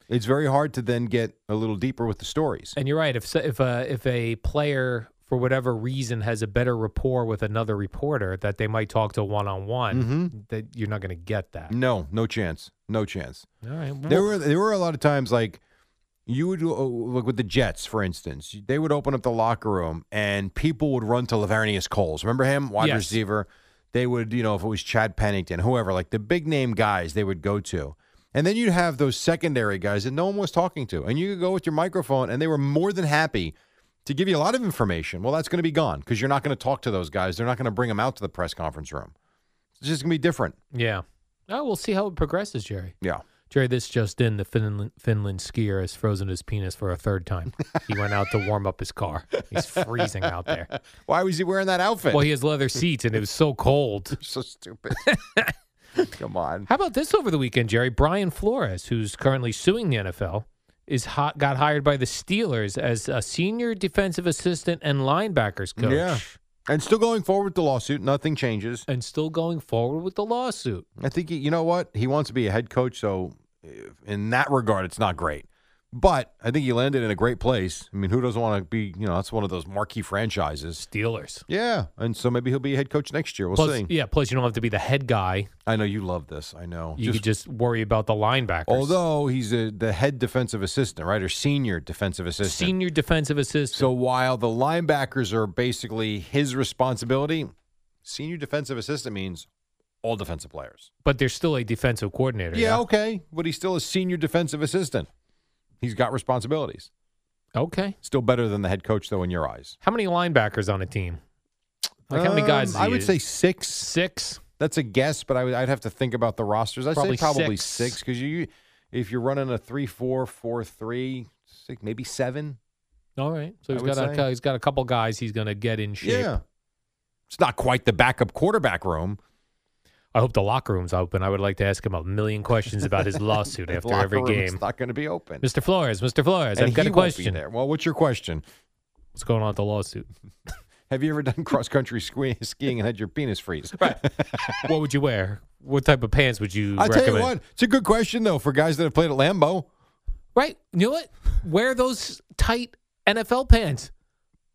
E: It's very hard to then get a little deeper with the stories.
D: And you're right. If so- if a if a player for whatever reason has a better rapport with another reporter that they might talk to one on one,
E: Mhm.
D: that you're not going to get that.
E: No, no chance. No chance.
D: All right.
E: Mm. There were there were a lot of times like you would oh, look with the Jets, for instance. They would open up the locker room and people would run to Lavernius Coles. Remember him, wide
D: Yes.
E: receiver. They would, you know, if it was Chad Pennington, whoever, like the big name guys, they would go to. And then you'd have those secondary guys that no one was talking to, and you could go with your microphone, and they were more than happy to give you a lot of information. Well, that's going to be gone because you're not going to talk to those guys. They're not going to bring them out to the press conference room. It's just going to be different.
D: Yeah. Oh, we'll see how it progresses, Jerry.
E: Yeah.
D: Jerry, this just in: the Finland, Finland skier has frozen his penis for a third time. He went out to warm up his car. He's freezing out there.
E: Why was he wearing that outfit?
D: Well, he has leather seats, and it was so cold.
E: so stupid. Come on.
D: How about this over the weekend, Jerry? Brian Flores, who's currently suing the NFL, is hot, got hired by the Steelers as a senior defensive assistant and linebackers coach.
E: Yeah. And still going forward with the lawsuit. Nothing changes.
D: And still going forward with the lawsuit.
E: I think, he, you know what? He wants to be a head coach. So, eh, in that regard, it's not great. But I think he landed in a great place. I mean, who doesn't want to be, you know, that's one of those marquee franchises.
D: Steelers.
E: Yeah. And so maybe he'll be a head coach next year. We'll
D: plus,
E: see.
D: Yeah. Plus, you don't have to be the head guy.
E: I know you love this. I know.
D: You could just worry about the linebackers.
E: Although he's a, the head defensive assistant, right? Or senior defensive assistant.
D: senior defensive assistant.
E: So while the linebackers are basically his responsibility, senior defensive assistant means all defensive players.
D: But there's still a defensive coordinator.
E: Yeah, okay. But he's still a senior defensive assistant. He's got responsibilities.
D: Okay.
E: Still better than the head coach, though, in your eyes.
D: How many linebackers on a team? Like how many guys?
E: Um, I would
D: is-
E: say six.
D: six.
E: That's a guess, but I would, I'd have to think about the rosters. I'd
D: Probably
E: say probably
D: six.
E: six because you, if you're running a three-four-four-three, six, maybe seven.
D: All right. So
E: I
D: he's
E: would
D: got
E: say.
D: a, he's got a couple guys he's going to get in shape.
E: Yeah, it's not quite the backup quarterback room.
D: I hope the locker room's open. I would like to ask him a million questions about his lawsuit
E: The
D: after
E: locker
D: every
E: room's
D: game.
E: not going to be open.
D: Mr. Flores, Mr. Flores,
E: And
D: I've got
E: he
D: a
E: won't be
D: question.
E: there. Well, what's your question?
D: What's going on with the lawsuit?
E: Have you ever done cross-country sque- skiing and had your penis freeze?
D: Right. what would you wear? What type of pants would you
E: I
D: recommend?
E: tell you what, it's a good question though for guys that have played at Lambeau.
D: Right. You know what? Wear those tight NFL pants.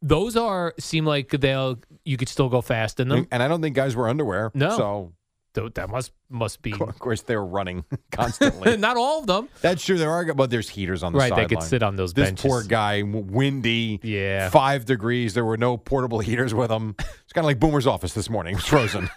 D: Those are seem like they'll you could still go fast in them.
E: And I don't think guys wear underwear.
D: No.
E: So
D: Tho- That must must be
E: of course they're running constantly.
D: not all of them.
E: That's true. There are, but there's heaters on the
D: Right, they
E: sideline.
D: could sit on those
E: This
D: benches.
E: poor guy, w- windy.
D: Yeah.
E: Five degrees. There were no portable heaters with him. It's kind of like Boomer's office this morning. It was frozen.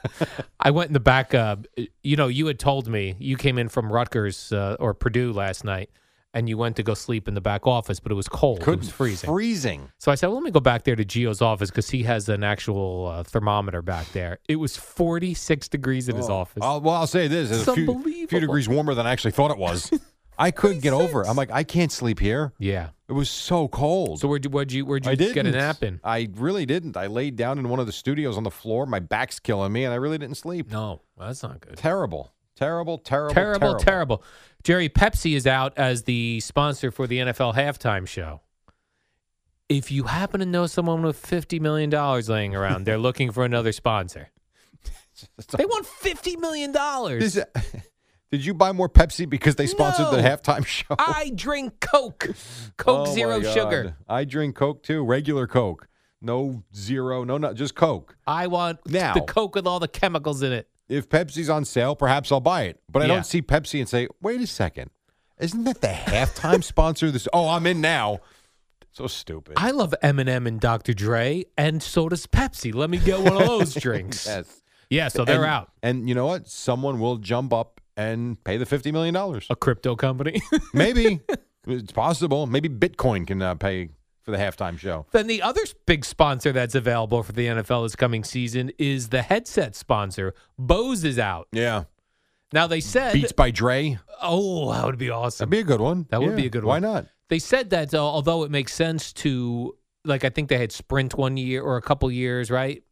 D: I went in the back. Uh, you know, you had told me you came in from Rutgers uh, or Purdue last night, and you went to go sleep in the back office, but it was cold. it was freezing.
E: Freezing.
D: so I said, well, let me go back there to Gio's office because he has an actual uh, thermometer back there. It was 46 degrees in his office.
E: I'll, Uh, well, I'll say this: it's
D: It's
E: a few, few
D: unbelievable.
E: degrees warmer than I actually thought it was. I couldn't get over. it. I'm like, I can't sleep here.
D: yeah.
E: It was so cold.
D: So where'd you where'd you where'd
E: I
D: you
E: didn't
D: get a nap in?
E: I really didn't. I laid down in one of the studios on the floor. My back's killing me, and I really didn't sleep.
D: No, that's not good.
E: Terrible, terrible, terrible,
D: Terrible, terrible, Jerry, Pepsi is out as the sponsor for the NFL halftime show. If you happen to know someone with fifty million dollars laying around, they're looking for another sponsor. They want fifty million dollars.
E: This- did you buy more Pepsi because they sponsored the
D: No.
E: halftime show?
D: I drink Coke, Coke
E: Oh, my
D: Zero
E: God.
D: Sugar.
E: I drink Coke too, regular Coke, no zero, no, no, just Coke.
D: I want
E: Now.
D: the Coke with all the chemicals in it.
E: if Pepsi's on sale, perhaps I'll buy it. But I
D: Yeah.
E: don't see Pepsi and say, wait a second, isn't that the halftime sponsor? of This oh, I'm in now. So stupid.
D: I love Eminem and Dr. Dre, and so does Pepsi. Let me get one of those drinks.
E: yes.
D: Yeah, so they're
E: and,
D: out.
E: And you know what? Someone will jump up and pay the fifty million dollars.
D: A crypto company.
E: Maybe it's possible. Maybe Bitcoin can uh, pay for the halftime show.
D: Then the other big sponsor that's available for the NFL this coming season is the headset sponsor. Bose is out.
E: Yeah,
D: Now they said,
E: Beats by Dre.
D: oh, that would be
E: That'd
D: awesome.
E: be a good one.
D: That would
E: Yeah.
D: be a good
E: Why
D: one.
E: not?
D: they said that uh, although it makes sense to, like, I think they had Sprint one year or a couple years, right?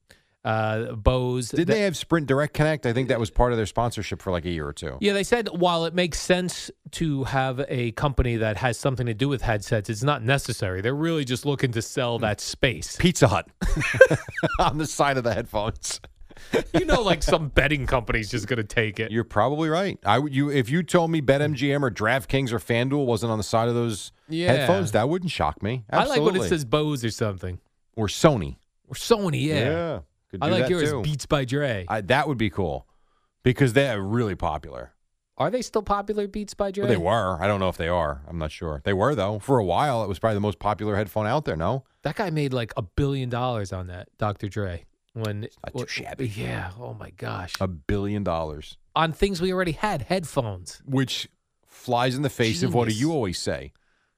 D: Uh, Bose.
E: Did they have Sprint Direct Connect? I think that was part of their sponsorship for like a year or two.
D: Yeah, they said while it makes sense to have a company that has something to do with headsets, it's not necessary. They're really just looking to
E: Hmm.
D: sell that space.
E: Pizza Hut on the side of the headphones.
D: You know, like some betting company's just going to take it.
E: You're probably right. I would you if you told me BetMGM or DraftKings or FanDuel wasn't on the side of those
D: Yeah.
E: headphones, that wouldn't shock me.
D: I like when
E: Absolutely.
D: it says Bose or something
E: or Sony.
D: or Sony. Yeah,
E: could do
D: I like
E: that
D: yours.
E: too.
D: Beats by Dre.
E: I, that would be cool because they're really popular.
D: Are they still popular? Beats by Dre.
E: Well, Oh, they were. I don't know if they are. I'm not sure. They were though. For a while, it was probably the most popular headphone out there. No,
D: That guy made like a billion dollars on that Dr. Dre. When
E: not
D: well,
E: too shabby. Uh,
D: Yeah. Oh my gosh.
E: a billion dollars,
D: on things we already had, headphones.
E: which flies in the face of what do
D: Genius.
E: you always say?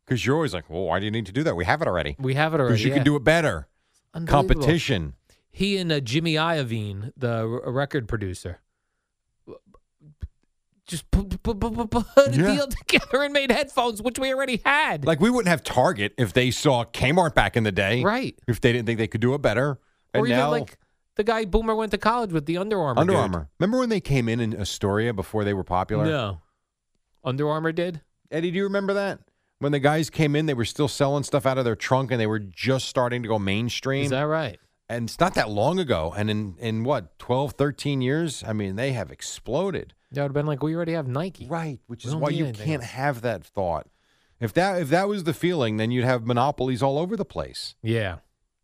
E: Because you're always like, well, why do you need to do that? We have it already.
D: We have it already.
E: Because you
D: yeah.
E: can do it better.
D: Unbelievable.
E: Competition.
D: He and uh, Jimmy Iovine, the r- uh, record producer, just put, put, put, put, put a
E: Yeah.
D: deal together and made headphones, which we already had.
E: Like we wouldn't have Target if they saw Kmart back in the day,
D: right.
E: If they didn't think they could do it better, and
D: or even
E: now
D: like the guy Boomer went to college with the Under Armour.
E: Under
D: dude.
E: Armour. Remember when they came in in Astoria before they were popular?
D: No. Under Armour did?
E: Eddie, do you remember that? when the guys came in, they were still selling stuff out of their trunk and they were just starting to go mainstream.
D: Is that right?
E: And it's not that long ago. And in, in what, 12, 13 years? I mean, they have exploded.
D: That would have been like we already have Nike,
E: right? Which
D: We
E: is
D: don't
E: why
D: need
E: you
D: anything
E: can't
D: else.
E: have that thought. If that if that was the feeling, then you'd have monopolies all over the place.
D: Yeah,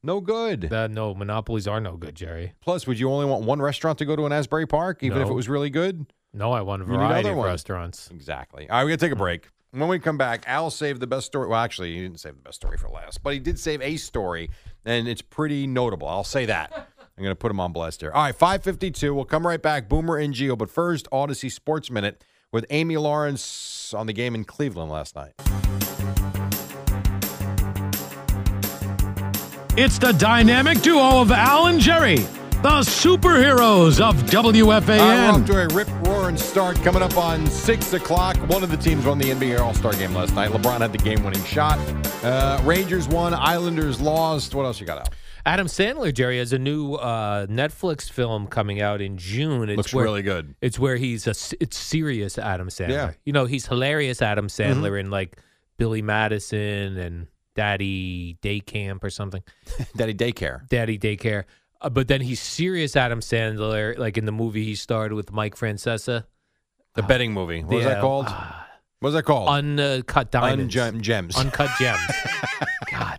E: No good.
D: Uh, no monopolies are no good, Jerry.
E: Plus, would you only want one restaurant to go to in Asbury Park, even if it
D: No.
E: was really good?
D: No, I want a
E: You need
D: variety
E: another
D: of
E: one.
D: restaurants.
E: Exactly. All right, we're gonna take a break. When we come back, Al saved the best story. Well, actually, he didn't save the best story for last, but he did save a story, and it's pretty notable. I'll say that. I'm gonna put him on blast here. All right, 5:52. We'll come right back. Boomer and Geo, but first, Odyssey Sports Minute with Amy Lawrence on the game in Cleveland last night.
H: It's the dynamic duo of Al and Jerry, the superheroes of
E: Uh, we're
H: WFAN.
E: off to a rip roaring start coming up on 6 o'clock. One of the teams won the NBA All Star game last night. LeBron had the game winning shot. Uh, Rangers won, Islanders lost. What else you got out?
D: Adam Sandler, Jerry, has a new uh, Netflix film coming out in June. It's
E: Looks really good.
D: It's where he's a s- it's serious Adam Sandler.
E: Yeah. Mm-hmm.
D: You know, he's hilarious Adam Sandler in like Billy Madison and Daddy Day Camp or something.
E: Daddy Daycare.
D: Daddy Daycare. Uh, but then he's serious Adam Sandler, like in the movie he starred with Mike Francesa.
E: The betting movie. What was
D: Ah, Yeah,
E: that called? what was that called?
D: Uncut Diamonds.
E: Ungem- gems.
D: Uncut Gems.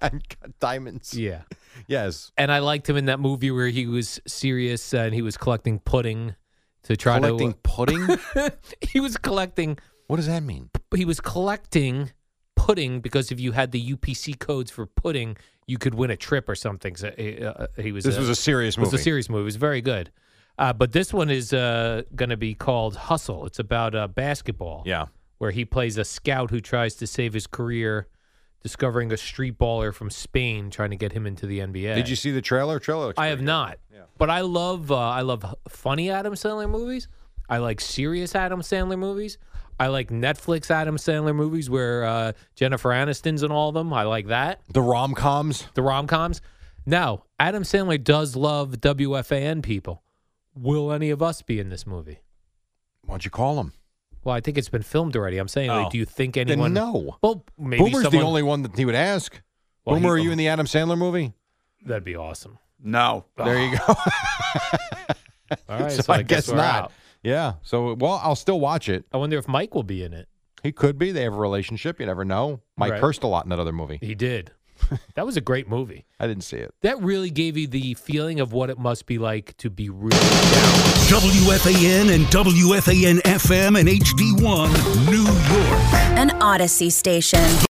E: Uncut diamonds.
D: yeah.
E: Yes.
D: And I liked him in that movie where he was serious uh, and he was collecting pudding to try
E: Collecting
D: to.
E: pudding?
D: he was collecting.
E: uh, What does that mean?
D: He was collecting pudding because if you had the UPC codes for pudding, you could win a trip or something. So uh, he was.
E: This was a serious
D: it was
E: movie.
D: a serious movie. It was very good. Uh, but this one is uh, going to be called Hustle. It's about uh, basketball
E: Yeah.
D: where he plays a scout who tries to save his career, discovering a street baller from Spain trying to get him into the NBA.
E: Did you see the trailer? Trailer. looks
D: I
E: pretty
D: have
E: good.
D: not, but I love uh, I love h- funny Adam Sandler movies. I like serious Adam Sandler movies. I like Netflix Adam Sandler movies where uh, Jennifer Aniston's in all of them. I like that
E: The rom coms.
D: the rom coms. Now Adam Sandler does love WFAN people. Will any of us be in this movie?
E: Why'd you call him?
D: Well, I think it's been filmed already. I'm saying, like,
E: Oh.
D: do you think
E: Then
D: anyone?
E: no.
D: Well, maybe
E: Boomer's
D: someone,
E: the only one that he would ask.
D: Well,
E: Boomer,
D: he-
E: are you in the Adam Sandler movie?
D: That'd be awesome. Oh.
L: No.
E: There you go.
D: All right,
E: so, I, guess,
D: we're
E: not.
D: out.
E: Yeah. So well, I'll still watch it.
D: I wonder if Mike will be in it.
E: He could be. They have a relationship. You never know. Mike
D: Right.
E: cursed a lot in that other movie.
D: He did. that was a great movie.
E: I didn't see it.
D: That really gave you the feeling of what it must be like to be really down.
F: WFAN and WFAN FM and HD1, New York.
N: An Odyssey station.